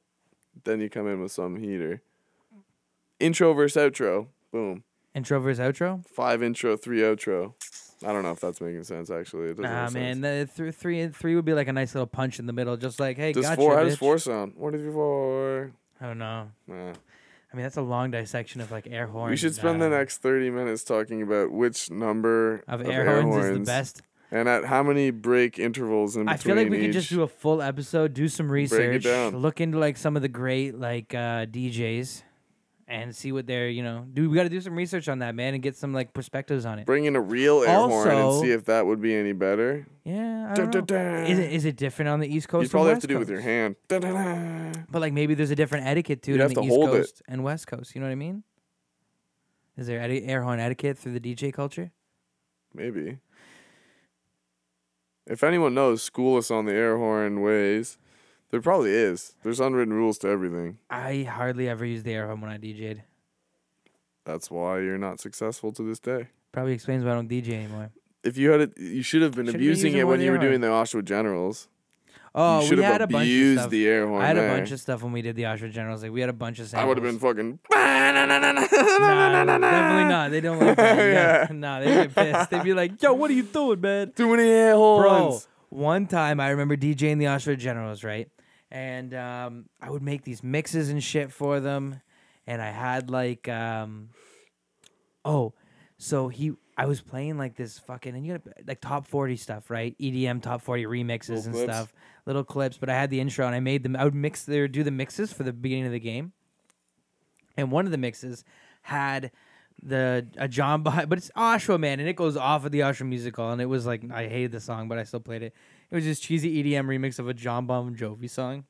S2: Then you come in with some heater. Intro versus outro. Boom.
S1: intro versus outro.
S2: Five intro, three outro. I don't know if that's making sense actually. It doesn't
S1: Nah,
S2: make sense.
S1: man, the th- three and three would be like a nice little punch in the middle, just like hey,
S2: Does
S1: gotcha,
S2: four? How does
S1: bitch.
S2: four sound? One, two, three, four.
S1: I don't know.
S2: Nah.
S1: I mean, that's a long dissection of like air horn.
S2: We should spend the next thirty minutes talking about which number
S1: of air, horns, is the best.
S2: and at how many break intervals in between.
S1: I feel like we could just
S2: each.
S1: do a full episode, do some research,
S2: down.
S1: look into like some of the great like uh, DJs, and see what they're you know. Do we got to do some research on that man and get some like perspectives on it?
S2: bring in a real air horn and
S1: Also-
S2: see if that would be any better.
S1: Yeah, I don't
S2: Dun,
S1: know.
S2: dun, dun.
S1: Is it is it different on the East Coast?
S2: You probably
S1: and
S2: have to
S1: West
S2: do it with your
S1: Coast?
S2: hand. Dun, dun, dun.
S1: But like maybe there's a different etiquette too
S2: You'd
S1: on
S2: have
S1: the
S2: to
S1: East
S2: hold it.
S1: Coast and West Coast. You know what I mean? Is there eti- air horn etiquette through the DJ culture?
S2: Maybe. If anyone knows, school us on the air horn ways. There probably is. There's unwritten rules to everything.
S1: I hardly ever used the air horn when I DJ'd.
S2: That's why you're not successful to this day.
S1: Probably explains why I don't DJ anymore.
S2: If you had it, you should have been
S1: Should've been
S2: abusing
S1: using
S2: it
S1: more
S2: when
S1: of the
S2: you were
S1: air horn.
S2: doing the Oshawa Generals.
S1: Oh,
S2: you should
S1: we
S2: have
S1: had a bunch of
S2: abused
S1: stuff.
S2: the air horn.
S1: I had
S2: there.
S1: a bunch of stuff when we did the Osher Generals. Like we had a bunch of.
S2: I
S1: Samples.
S2: would have been fucking.
S1: Nah, definitely not. They don't like that.
S2: Yeah.
S1: yeah. Nah, they'd be pissed. They'd be like, "Yo, what are you doing, man?"
S2: Too many air
S1: Bro,
S2: horns.
S1: one time I remember DJing the Osher Generals, right? And um, I would make these mixes and shit for them, and I had like, um, oh, so he I was playing like this fucking and you got like top forty stuff, right? EDM top forty remixes
S2: Little
S1: and
S2: clips.
S1: stuff, little clips. But I had the intro and I made them. I would mix their do the mixes for the beginning of the game, and one of the mixes had the a John behind, but it's Oshawa man, and it goes off of the Oshawa Music Hall, and it was like I hated the song, but I still played it. It was this cheesy EDM remix of a John Bon Jovi song,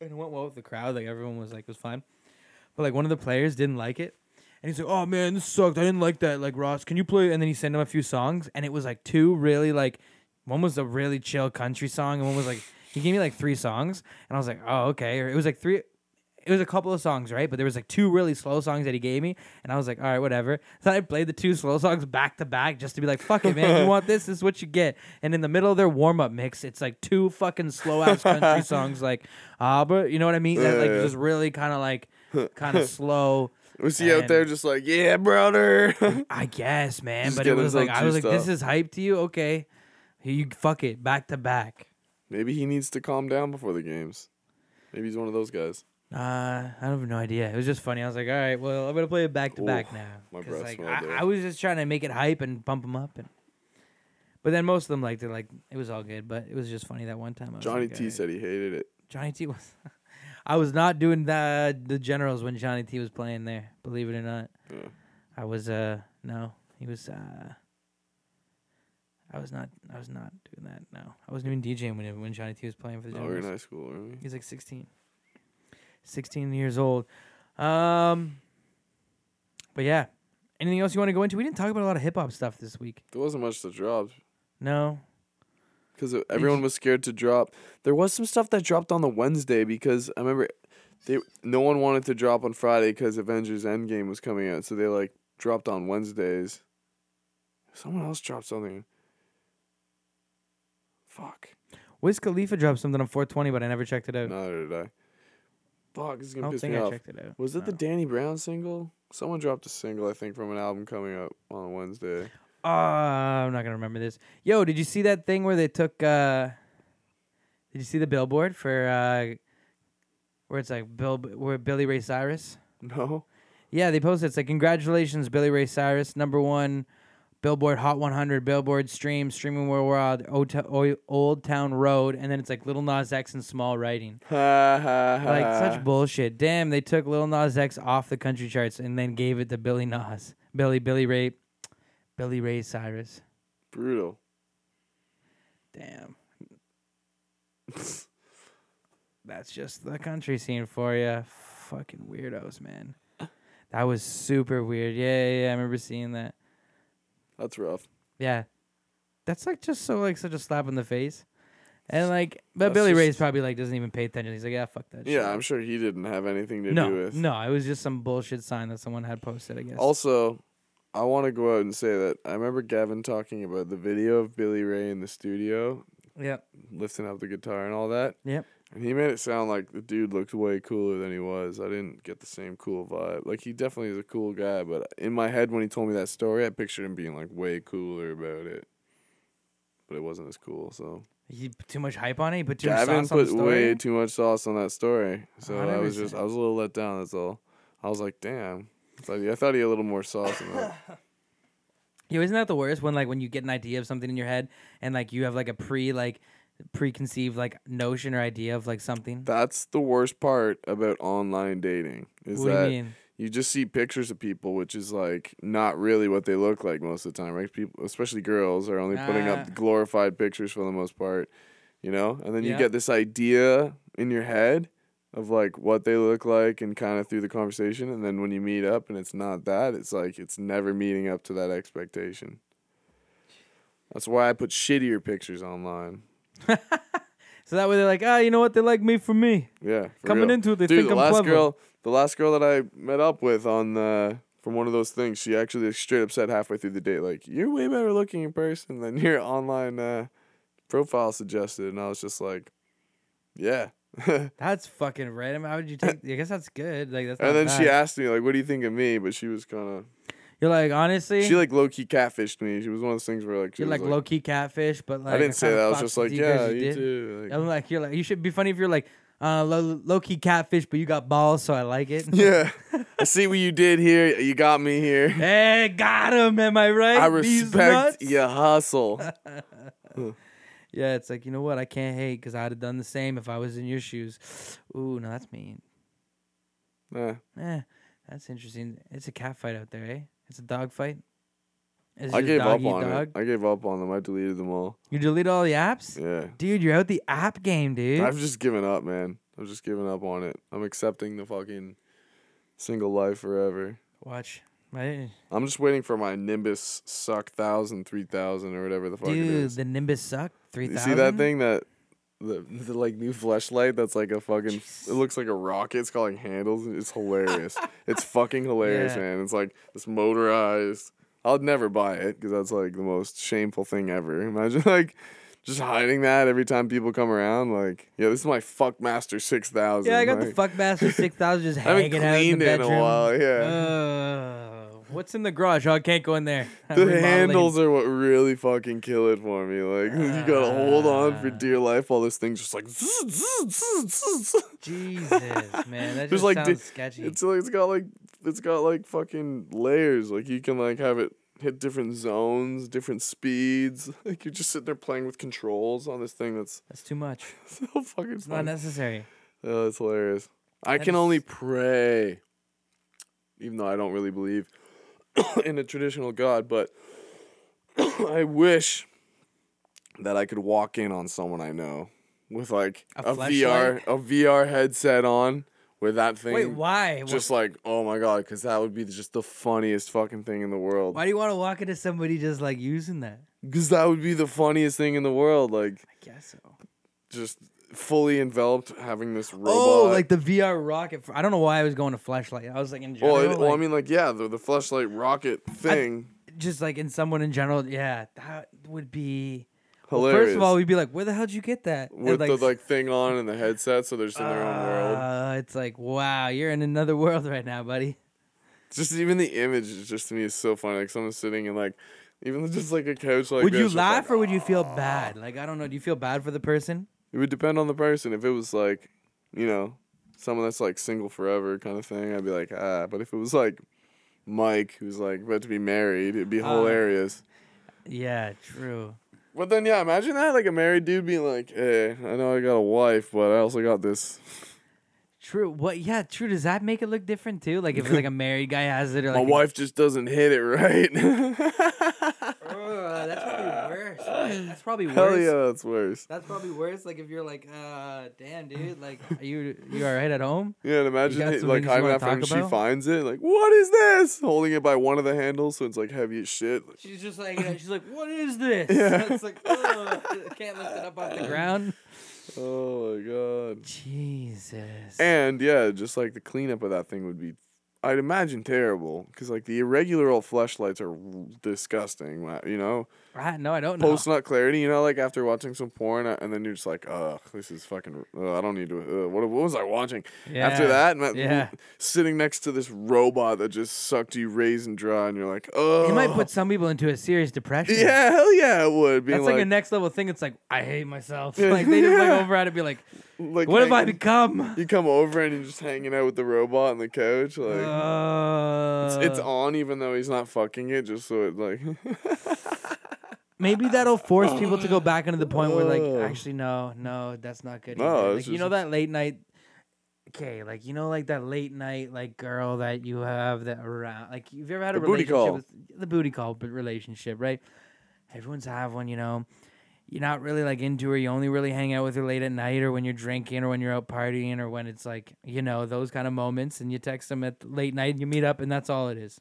S1: and it went well with the crowd. Like everyone was like it was fine, but like one of the players didn't like it. And he's like, "Oh man, this sucked. I didn't like that. Like Ross, can you play?" And then he sent him a few songs, and it was like two really like, one was a really chill country song, and one was like he gave me like three songs, and I was like, "Oh okay." Or it was like three, it was a couple of songs, right? But there was like two really slow songs that he gave me, and I was like, "All right, whatever." So I played the two slow songs back to back just to be like, "Fuck it, man. If you want this? This is what you get." And in the middle of their warm up mix, it's like two fucking slow ass country songs, like "Ah," but you know what I mean? That, like
S2: Yeah.
S1: just really kind of like kind of slow.
S2: Was he out there
S1: And-
S2: just like, yeah, brother?
S1: I guess, man.
S2: Just
S1: But it
S2: get
S1: was
S2: himself
S1: like I was like,
S2: juiced
S1: this
S2: up.
S1: is hype to you. Okay, you fuck it back to back.
S2: Maybe he needs to calm down before the games. Maybe he's one of those guys.
S1: Uh, I don't have no idea. It was just funny. I was like, all right, well, I'm gonna play it back to back
S2: Oof,
S1: now.
S2: my
S1: 'Cause,
S2: breath
S1: like,
S2: smelled there.
S1: I, I was just trying to make it hype and pump them up, and but then most of them liked it. Like it was all good, but it was just funny that one time. I was
S2: Johnny
S1: like,
S2: T
S1: "Alright."
S2: said he hated it.
S1: Johnny T was. I was not doing the the generals when Johnny T was playing there. Believe it or not,
S2: Yeah.
S1: I was. Uh, no, he was. Uh, I was not. I was not doing that. No, I wasn't even DJing when when Johnny T was playing for the
S2: Oh, we were
S1: generals.
S2: in high school, weren't we?
S1: He's like 16. 16 years old. Um, but yeah. Anything else you want to go into? We didn't talk about a lot of hip hop stuff this week.
S2: There wasn't much to drop
S1: No.
S2: because e, everyone was scared to drop. There was some stuff that dropped on the Wednesday because I remember they no one wanted to drop on Friday because Avengers Endgame was coming out, so they like dropped on Wednesdays. Someone else dropped something. Fuck.
S1: Wiz Khalifa dropped something on 420, but I never checked it out.
S2: Neither did I. Fuck, this is
S1: I
S2: gonna
S1: don't
S2: piss
S1: think
S2: me
S1: I
S2: off.
S1: checked it out.
S2: Was it the
S1: No.
S2: Danny Brown single? Someone dropped a single, I think, from an album coming up on Wednesday.
S1: Uh, I'm not gonna remember this. Yo, did you see that thing where they took? uh Did you see the billboard for uh where it's like Bill, where Billy Ray Cyrus?
S2: No.
S1: Yeah, they posted. It's like congratulations, Billy Ray Cyrus, number one Billboard Hot 100, Billboard Stream, Streaming World Wild, Old, Ta- Oi- Old Town Road, and then it's like Little Nas X in small writing.
S2: Ha ha ha.
S1: Like such bullshit. Damn, they took Little Nas X off the country charts and then gave it to Billy Nas, Billy Billy Ray, Billy Ray Cyrus.
S2: brutal.
S1: Damn. That's just the country scene for you. Fucking weirdos, man. That was super weird. Yeah, yeah, yeah. I remember seeing that.
S2: That's rough.
S1: Yeah. That's like just so like such a slap in the face. And like but
S2: That's
S1: Billy Ray's
S2: just-
S1: probably like doesn't even pay attention. He's like, Yeah, fuck that shit.
S2: Yeah, I'm sure he didn't have anything to
S1: no,
S2: do with.
S1: no, it was just some bullshit sign that someone had posted, I guess.
S2: Also, I want to go out and say that I remember Gavin talking about the video of Billy Ray in the studio
S1: yep.
S2: lifting up the guitar and all that.
S1: Yep.
S2: And he made it sound like the dude looked way cooler than he was. I didn't get the same cool vibe. Like he definitely is a cool guy, but in my head when he told me that story, I pictured him being like way cooler about it. But it wasn't as cool. So
S1: He put too much hype on it, he put too
S2: Gavin
S1: much sauce on the
S2: put way
S1: story.
S2: too much sauce on that story. So I was just I
S1: 100%.
S2: was a little let down. That's all. I was like, damn. It's like, I thought he had a little more sauce in that.
S1: Yo, isn't that the worst when like when you get an idea of something in your head and like you have like a pre like preconceived like notion or idea of like something?
S2: That's the worst part about online dating is
S1: what do
S2: that
S1: you mean?
S2: you just see pictures of people, which is like not really what they look like most of the time, right? People, especially girls, are only putting
S1: Nah.
S2: up glorified pictures for the most part, you know. And then
S1: Yeah.
S2: you get this idea in your head of like what they look like, and kind of through the conversation. And then when you meet up, and it's not that, it's like it's never meeting up to that expectation. That's why I put shittier pictures online.
S1: So that way they're like, ah, you know what? They like me for me.
S2: Yeah, for
S1: Coming
S2: real.
S1: into it, they
S2: Dude,
S1: think
S2: the
S1: I'm
S2: last
S1: clever.
S2: girl, the last girl that I met up with on the from one of those things, she actually straight up said halfway through the date, like, "You're way better looking in person than your online uh, profile suggested," and I was just like, "Yeah." and
S1: That's fucking random. How would you take? I guess that's good. Like that's. not
S2: then she
S1: bad.
S2: asked me like, "What do you think of me?" But she was kind
S1: You're like
S2: of
S1: honestly.
S2: she like low key catfished me. She was one of those things where like she
S1: You're
S2: was
S1: like, low key catfish, but like
S2: I didn't say
S1: kinda
S2: that. I was
S1: fucked
S2: just
S1: with
S2: like,
S1: you 'cause
S2: "Yeah,
S1: you
S2: you
S1: did."
S2: too." Like,
S1: I'm like you're like you should be funny if you're like Uh, low, low key catfish, but you got balls, so I like it.
S2: Yeah. I see what you did here. You got me here.
S1: Hey, got him. Am I right?
S2: I
S1: These
S2: respect
S1: nuts?
S2: your hustle.
S1: Yeah, it's like you know what? I can't hate because I'd have done the same if I was in your shoes. Ooh, no, that's mean.
S2: Eh,
S1: Eh, that's interesting. It's a cat fight out there, eh? It's a dog fight. Is
S2: I
S1: just
S2: gave up
S1: dog eat
S2: on
S1: dog?
S2: it. I gave up on them. I deleted them all.
S1: You delete all the apps,
S2: Yeah.
S1: dude. You're out the app game, dude.
S2: I've just given up, man. I've just given up on it. I'm accepting the fucking single life forever.
S1: Watch, right?
S2: I'm just waiting for my Nimbus suck thousand, three thousand, or whatever the fuck it
S1: dude,
S2: is.
S1: the Nimbus suck. Three
S2: you
S1: thousand.
S2: see that thing that the, the like new fleshlight that's like a fucking it looks like a rocket. It's got like handles. and It's hilarious. it's fucking hilarious,
S1: Yeah.
S2: man. It's like this motorized. I'll never buy it because that's like the most shameful thing ever. Imagine like just hiding that every time people come around. Like, yeah, this is my fuck master six thousand.
S1: Yeah, I got the
S2: like,
S1: Fuckmaster six thousand just
S2: I haven't
S1: hanging out in the
S2: cleaned it in a
S1: bedroom.
S2: while, yeah.
S1: Uh, what's in the garage? Oh, I can't go in there.
S2: The
S1: Remodeling.
S2: handles are what really fucking kill it for me. Like you gotta hold on for
S1: Ah.
S2: dear life while this thing's just like. zzz, zzz, zzz, zzz.
S1: Jesus, man, that
S2: There's
S1: just
S2: like
S1: sounds
S2: di-
S1: sketchy.
S2: It's like it's got like it's got like fucking layers. Like you can like have it hit different zones, different speeds. Like you're just sitting there playing with controls on this thing that's
S1: That's too much.
S2: so fucking
S1: It's not
S2: fun.
S1: necessary.
S2: oh, that's hilarious. I
S1: That
S2: can only
S1: is-
S2: pray, even though I don't really believe in a traditional god, but I wish that I could walk in on someone I know with like
S1: A
S2: a, VR a VR headset on where that thing
S1: Wait, why?
S2: just like oh my god because that would be just the funniest fucking thing in the world
S1: Why do you want to walk into somebody just like using that?
S2: because that would be the funniest thing in the world like
S1: I guess so.
S2: just fully enveloped having this robot
S1: Oh, like the VR rocket. f- I don't know why I was going to flashlight. I was like in
S2: well,
S1: general,
S2: I, well, I
S1: like,
S2: mean like yeah the, the flashlight rocket thing
S1: just like in someone in general. Yeah, that would be. well,
S2: hilarious
S1: first of all, we'd be like, "Where the hell did you get that?" And,
S2: with
S1: s-
S2: the like thing on and the headset so they're just in their own world
S1: uh, It's like, wow, you're in another world right now, buddy.
S2: just even the image is just to me is so funny like someone sitting in like even just like a couch like
S1: would
S2: this,
S1: you
S2: just
S1: laugh
S2: like,
S1: or would you feel bad? Like, I don't know. Do you feel bad for the person?
S2: It would depend on the person. If it was like, you know, someone that's like single forever kind of thing, I'd be like, ah. But if it was like Mike, who's like about to be married, it'd be
S1: Ah.
S2: hilarious.
S1: Yeah, true.
S2: But then, yeah, imagine that. Like a married dude being like, hey, I know I got a wife, but I also got this.
S1: True. What? Yeah, true. Does that make it look different too? Like if like a married guy has it, or
S2: My
S1: like a-
S2: wife just doesn't hit it right.
S1: Ugh, that's probably worse. right? That's probably
S2: Hell
S1: worse.
S2: yeah, that's worse.
S1: That's probably worse. Like if you're like, uh, damn, dude, like, are you you all right at home?
S2: Yeah, and imagine
S1: got
S2: it,
S1: some
S2: like
S1: things you
S2: hiding
S1: wanna
S2: that from
S1: talk
S2: she
S1: about?
S2: finds it. Like, what is this? Holding it by one of the handles, so it's like heavy as shit.
S1: She's just like, uh, she's like, what is this?
S2: Yeah.
S1: It's like, ugh, I can't lift it up off the ground.
S2: Oh my god.
S1: Jesus.
S2: And yeah, just like the cleanup of that thing would be, I'd imagine terrible because like the irregular old fleshlights are r- disgusting. wa- You know,
S1: right? No, I don't know.
S2: post nut clarity. You know, like after watching some porn, uh, and then you're just like, ugh, this is fucking. Uh, I don't need to. Uh, what, what was I watching? After
S1: Yeah,
S2: that, ma-
S1: yeah.
S2: sitting next to this robot that just sucked you raisin dry, and you're like, oh,
S1: it might put some people into a serious depression.
S2: Yeah, hell yeah, it would. Being
S1: That's like,
S2: like,
S1: a next level thing. It's like I hate myself.
S2: Yeah.
S1: Like they just
S2: Yeah.
S1: like over at it, be like,
S2: like
S1: "What have I
S2: hanging-
S1: become?"
S2: You come over and you're just hanging out with the robot on the couch, like.
S1: Uh,
S2: it's on even though he's not fucking it just so it like
S1: Maybe that'll force
S2: Oh.
S1: people to go back into the point where
S2: Ugh.
S1: like actually no, no, that's not good.
S2: Oh. No,
S1: either.
S2: it's
S1: like, you
S2: just-
S1: know that late night okay, like you know like that late night like girl that you have that around like you've ever had a
S2: The booty
S1: relationship
S2: call.
S1: with the booty call but relationship, right? Everyone's have one, you know. You're not really like into her, you only really hang out with her late at night or when you're drinking or when you're out partying or when it's like, you know, those kind of moments and you text them at late night and you meet up and that's all it is.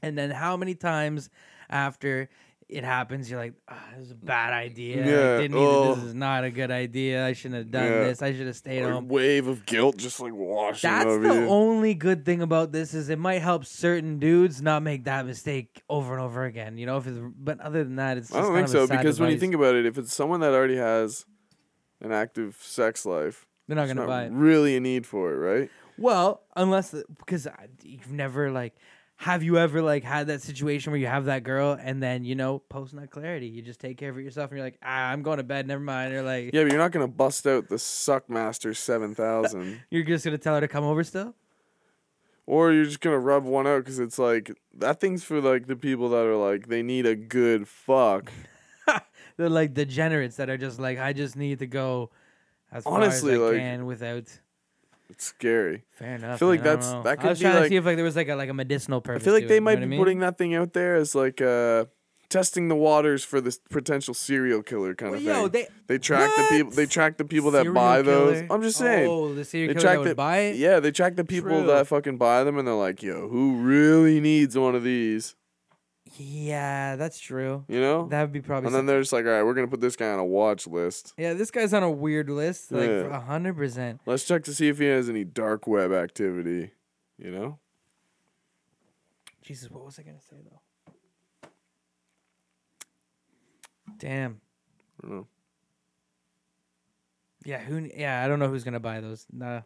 S1: And then how many times after it happens, you're like, oh, this is a bad idea.
S2: Yeah,
S1: I didn't even,
S2: oh.
S1: this is not a good idea. I shouldn't have done
S2: Yeah.
S1: this. I should have stayed
S2: a
S1: home.
S2: wave of guilt just like washing
S1: That's
S2: over
S1: the
S2: you.
S1: only good thing about this is it might help certain dudes not make that mistake over and over again. You know, if it's, but other than that, it's. Just
S2: I don't
S1: kind
S2: think
S1: of
S2: so
S1: a sad
S2: because when you
S1: device.
S2: think about it, if it's someone that already has an active sex life,
S1: they're not
S2: there's
S1: gonna
S2: not
S1: buy it.
S2: really a need for it, right?
S1: uh, Well, unless the, because I, you've never like have you ever like had that situation where you have that girl and then you know post nut clarity? You just take care of it yourself and you're like, ah, I'm going to bed. Never mind. Or like,
S2: Yeah, but you're not gonna bust out the Suckmaster seven thousand,
S1: you're just gonna tell her to come over still.
S2: or you're just gonna rub one out because it's like that thing's for like the people that are like they need a good fuck.
S1: They're like degenerates that are just like, I just need to go as
S2: Honestly,
S1: far as I
S2: like-
S1: can without.
S2: It's scary.
S1: Fair enough.
S2: feel like
S1: man, I don't
S2: that's-
S1: know.
S2: that
S1: I
S2: could
S1: was
S2: be,
S1: trying to
S2: like-
S1: see if like there was like a like a medicinal
S2: I
S1: purpose.
S2: feel like
S1: to it,
S2: they
S1: you know
S2: might
S1: what
S2: be
S1: I mean?
S2: putting that thing out there as like uh testing the waters for this potential serial killer kind
S1: Well,
S2: of
S1: yo,
S2: thing.
S1: they-
S2: they track
S1: What?
S2: the people. They track the people that
S1: Serial
S2: buy
S1: killer?
S2: those. I'm just saying.
S1: Oh, the serial
S2: they
S1: killer
S2: track
S1: that would
S2: the,
S1: buy it.
S2: Yeah, they track the people
S1: True.
S2: that fucking buy them, and they're like, "Yo, who really needs one of these?"
S1: Yeah, that's true.
S2: You know.
S1: That would be probably.
S2: and then
S1: some-
S2: they're just like, "All right, we're gonna put this guy on a watch list.
S1: yeah, this guy's on a weird list. Like
S2: Yeah.
S1: a hundred percent.
S2: Let's check to see if he has any dark web activity." You know.
S1: Jesus, what was I gonna say though? Damn.
S2: I don't know.
S1: Yeah, who? kn- Yeah, I don't know who's gonna buy those. Nah,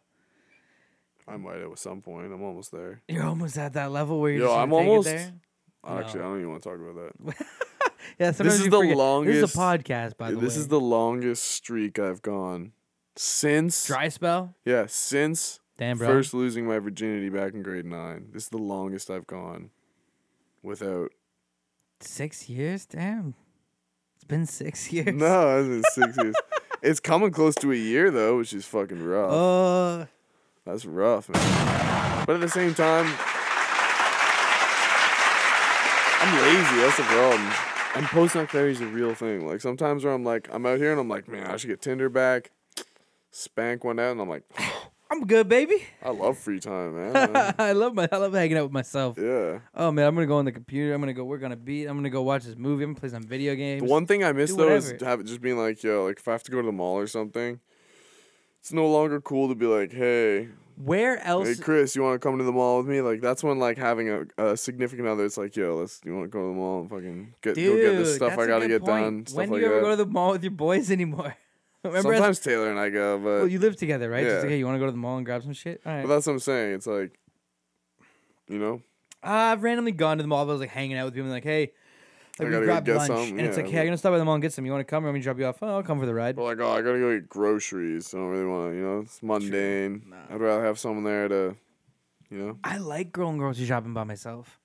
S2: I might at some point. I'm almost there.
S1: you're almost at that level where you're.
S2: Yo,
S1: just gonna
S2: I'm
S1: take it
S2: almost-
S1: there.
S2: Actually, I don't even want to talk about that.
S1: Yeah, sometimes
S2: is
S1: you
S2: the
S1: forget. This
S2: longest-
S1: is a podcast, by the way.
S2: this is the longest streak I've gone since
S1: dry spell.
S2: yeah since
S1: Damn, bro.
S2: first losing my virginity back in grade nine. This is the longest I've gone without.
S1: Six years? Damn. It's been six years.
S2: No, it was six years. It's coming close to a year though, which is fucking rough.
S1: Oh,
S2: That's rough, man. But at the same time, I'm lazy. That's the problem. And post nut clarity is a real thing. Like sometimes where I'm like, I'm out here and I'm like, man, I should get Tinder back, spank one out, and I'm like,
S1: I'm good, baby.
S2: I love free time, man. Uh,
S1: I love my I love hanging out with myself.
S2: yeah.
S1: Oh man, I'm gonna go on the computer. I'm gonna go work on a beat. I'm gonna go watch this movie. I'm gonna play some video games.
S2: The one thing I miss
S1: do
S2: though is
S1: whatever.
S2: have it just being like, yo, like if I have to go to the mall or something, it's no longer cool to be like, hey,
S1: Where else?
S2: hey Chris, you want to come to the mall with me? Like that's when like having a, a significant other, it's like, yo, let's you want to go to the mall and fucking get
S1: Dude,
S2: go get this stuff
S1: that's
S2: I
S1: a
S2: gotta
S1: good
S2: get
S1: point.
S2: done. Stuff
S1: when do
S2: like
S1: you ever
S2: that.
S1: go to the mall with your boys anymore? Remember? us-
S2: Sometimes Taylor and I go, but,
S1: well, you live together, right? Just
S2: Yeah.
S1: like, hey, you want to go to the mall and grab some shit? All
S2: but
S1: right.
S2: that's what I'm saying. It's like, you know,
S1: I've randomly gone to the mall. but I was like hanging out with people, and like, hey,
S2: I
S1: like
S2: gotta
S1: we
S2: go
S1: grabbed
S2: get
S1: lunch,
S2: something,
S1: and it's
S2: yeah,
S1: like, hey, I'm
S2: but-
S1: gonna stop by the mall and get some. You want to come? Or let me drop you off. Oh, I'll come for the ride.
S2: but like, oh, I gotta go get groceries. I don't really want to, you know, it's mundane. I'd rather have someone there to, you know.
S1: I like going grocery shopping by myself.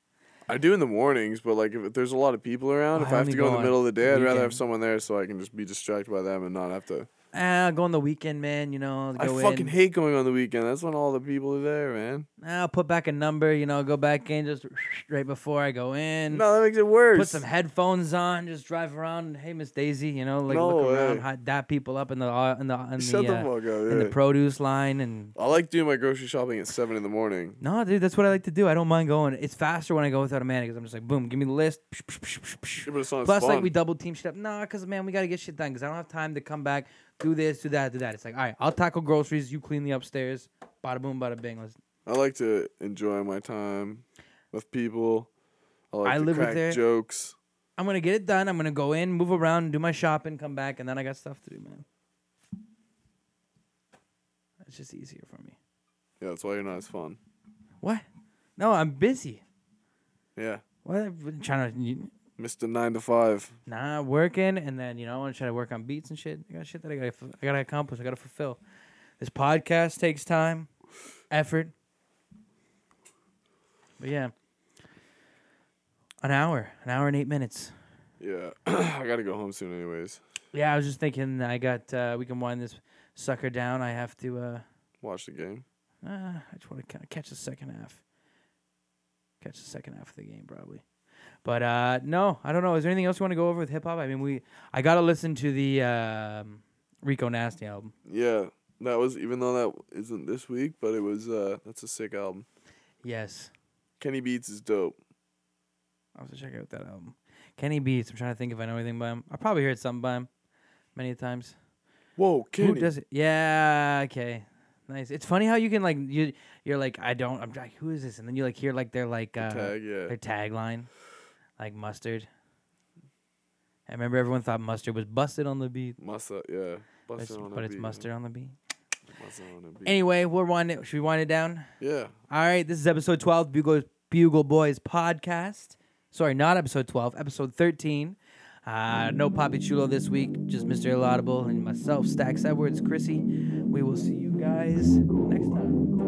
S2: I do in the mornings, but like if there's a lot of people around,
S1: Oh, I
S2: if I have
S1: only
S2: to go in
S1: go
S2: the middle of the
S1: on
S2: day, I'd rather have
S1: weekends.
S2: someone there so I can just be distracted by them and not have to.
S1: Ah, go on the weekend, man. You know,
S2: I
S1: go
S2: fucking
S1: in.
S2: hate going on the weekend. That's when all the people are there, man.
S1: I'll put back a number, you know, go back in just right before I go in.
S2: No, that makes it worse.
S1: Mm. Put some headphones on, just drive around. Hey, Miss Daisy, you know, like
S2: No
S1: look around,
S2: way.
S1: hi- dap people up in the au- in the in the,
S2: Shut the
S1: uh,
S2: fuck up.
S1: in the
S2: yeah.
S1: produce line, and
S2: I like doing my grocery shopping at seven in the morning.
S1: no, dude, that's what I like to do. I don't mind going. It's faster when I go without a man because I'm just like, boom, give me the list. Psh, psh, psh, psh, psh.
S2: Yeah, but it's not as
S1: Plus, like
S2: fun.
S1: we double team shit up. Nah, because man, we gotta get shit done because I don't have time to come back, do this, do that, do that. It's like, all right, I'll tackle groceries. You clean the upstairs. Bada boom, bada bing. Let's
S2: I like to enjoy my time with people. I like
S1: I
S2: to
S1: live with
S2: crack
S1: their-
S2: jokes.
S1: I'm gonna get it done. I'm gonna go in, move around, do my shopping, come back, and then I got stuff to do, man. That's just easier for me.
S2: Yeah, that's why you're not as fun.
S1: What? No, I'm busy.
S2: Yeah,
S1: What? I'm trying to
S2: Mister Nine to Five.
S1: nah working, and then you know I want to try to work on beats and shit. I got shit that I gotta fu- I gotta accomplish. I gotta fulfill. This podcast takes time, effort. But yeah, an hour, an hour and eight minutes.
S2: Yeah, I gotta go home soon, anyways.
S1: Yeah, I was just thinking. I got. Uh, we can wind this sucker down. I have to. uh
S2: Watch the game.
S1: Uh, I just want to kind of catch the second half. Catch the second half of the game probably. But uh, no, I don't know. Is there anything else you want to go over with hip hop? I mean, we I gotta listen to the um, Rico Nasty album.
S2: Yeah, that was even though that isn't this week, but it was. uh That's a sick album.
S1: Yes,
S2: Kenny Beats is dope.
S1: I have to check out that album. Kenny Beats. I'm trying to think if I know anything by him. I probably heard something by him many times.
S2: Whoa, Kenny!
S1: Who does it? Yeah. Okay. Nice. It's funny how you can like you you're like I don't I'm like who is this and then you like hear like their like uh,
S2: tag, yeah.
S1: their tagline like mustard. I remember everyone thought mustard was busted on the beat,
S2: Musta, yeah.
S1: but it's,
S2: Busted on a
S1: but it's
S2: beat,
S1: mustard on the beat.
S2: Musta on a beat.
S1: Anyway, we'll wind it. Should we wind it down?
S2: yeah,
S1: All right. This is episode twelve. Bugle Bugle Boys podcast. Sorry, not episode 12, episode 13. Uh, no Poppy Chulo this week, just Mr. Laudable and myself, Stacks Edwards, Chrissy. We will see you guys next time.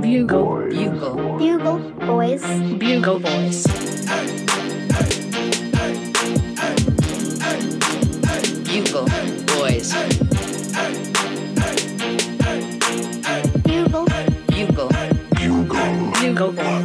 S3: Bugle. Bugle.
S4: Bugle Boys.
S3: Bugle Boys. Bugle Boys.
S4: Bugle
S3: Bugle. Bugle Boys.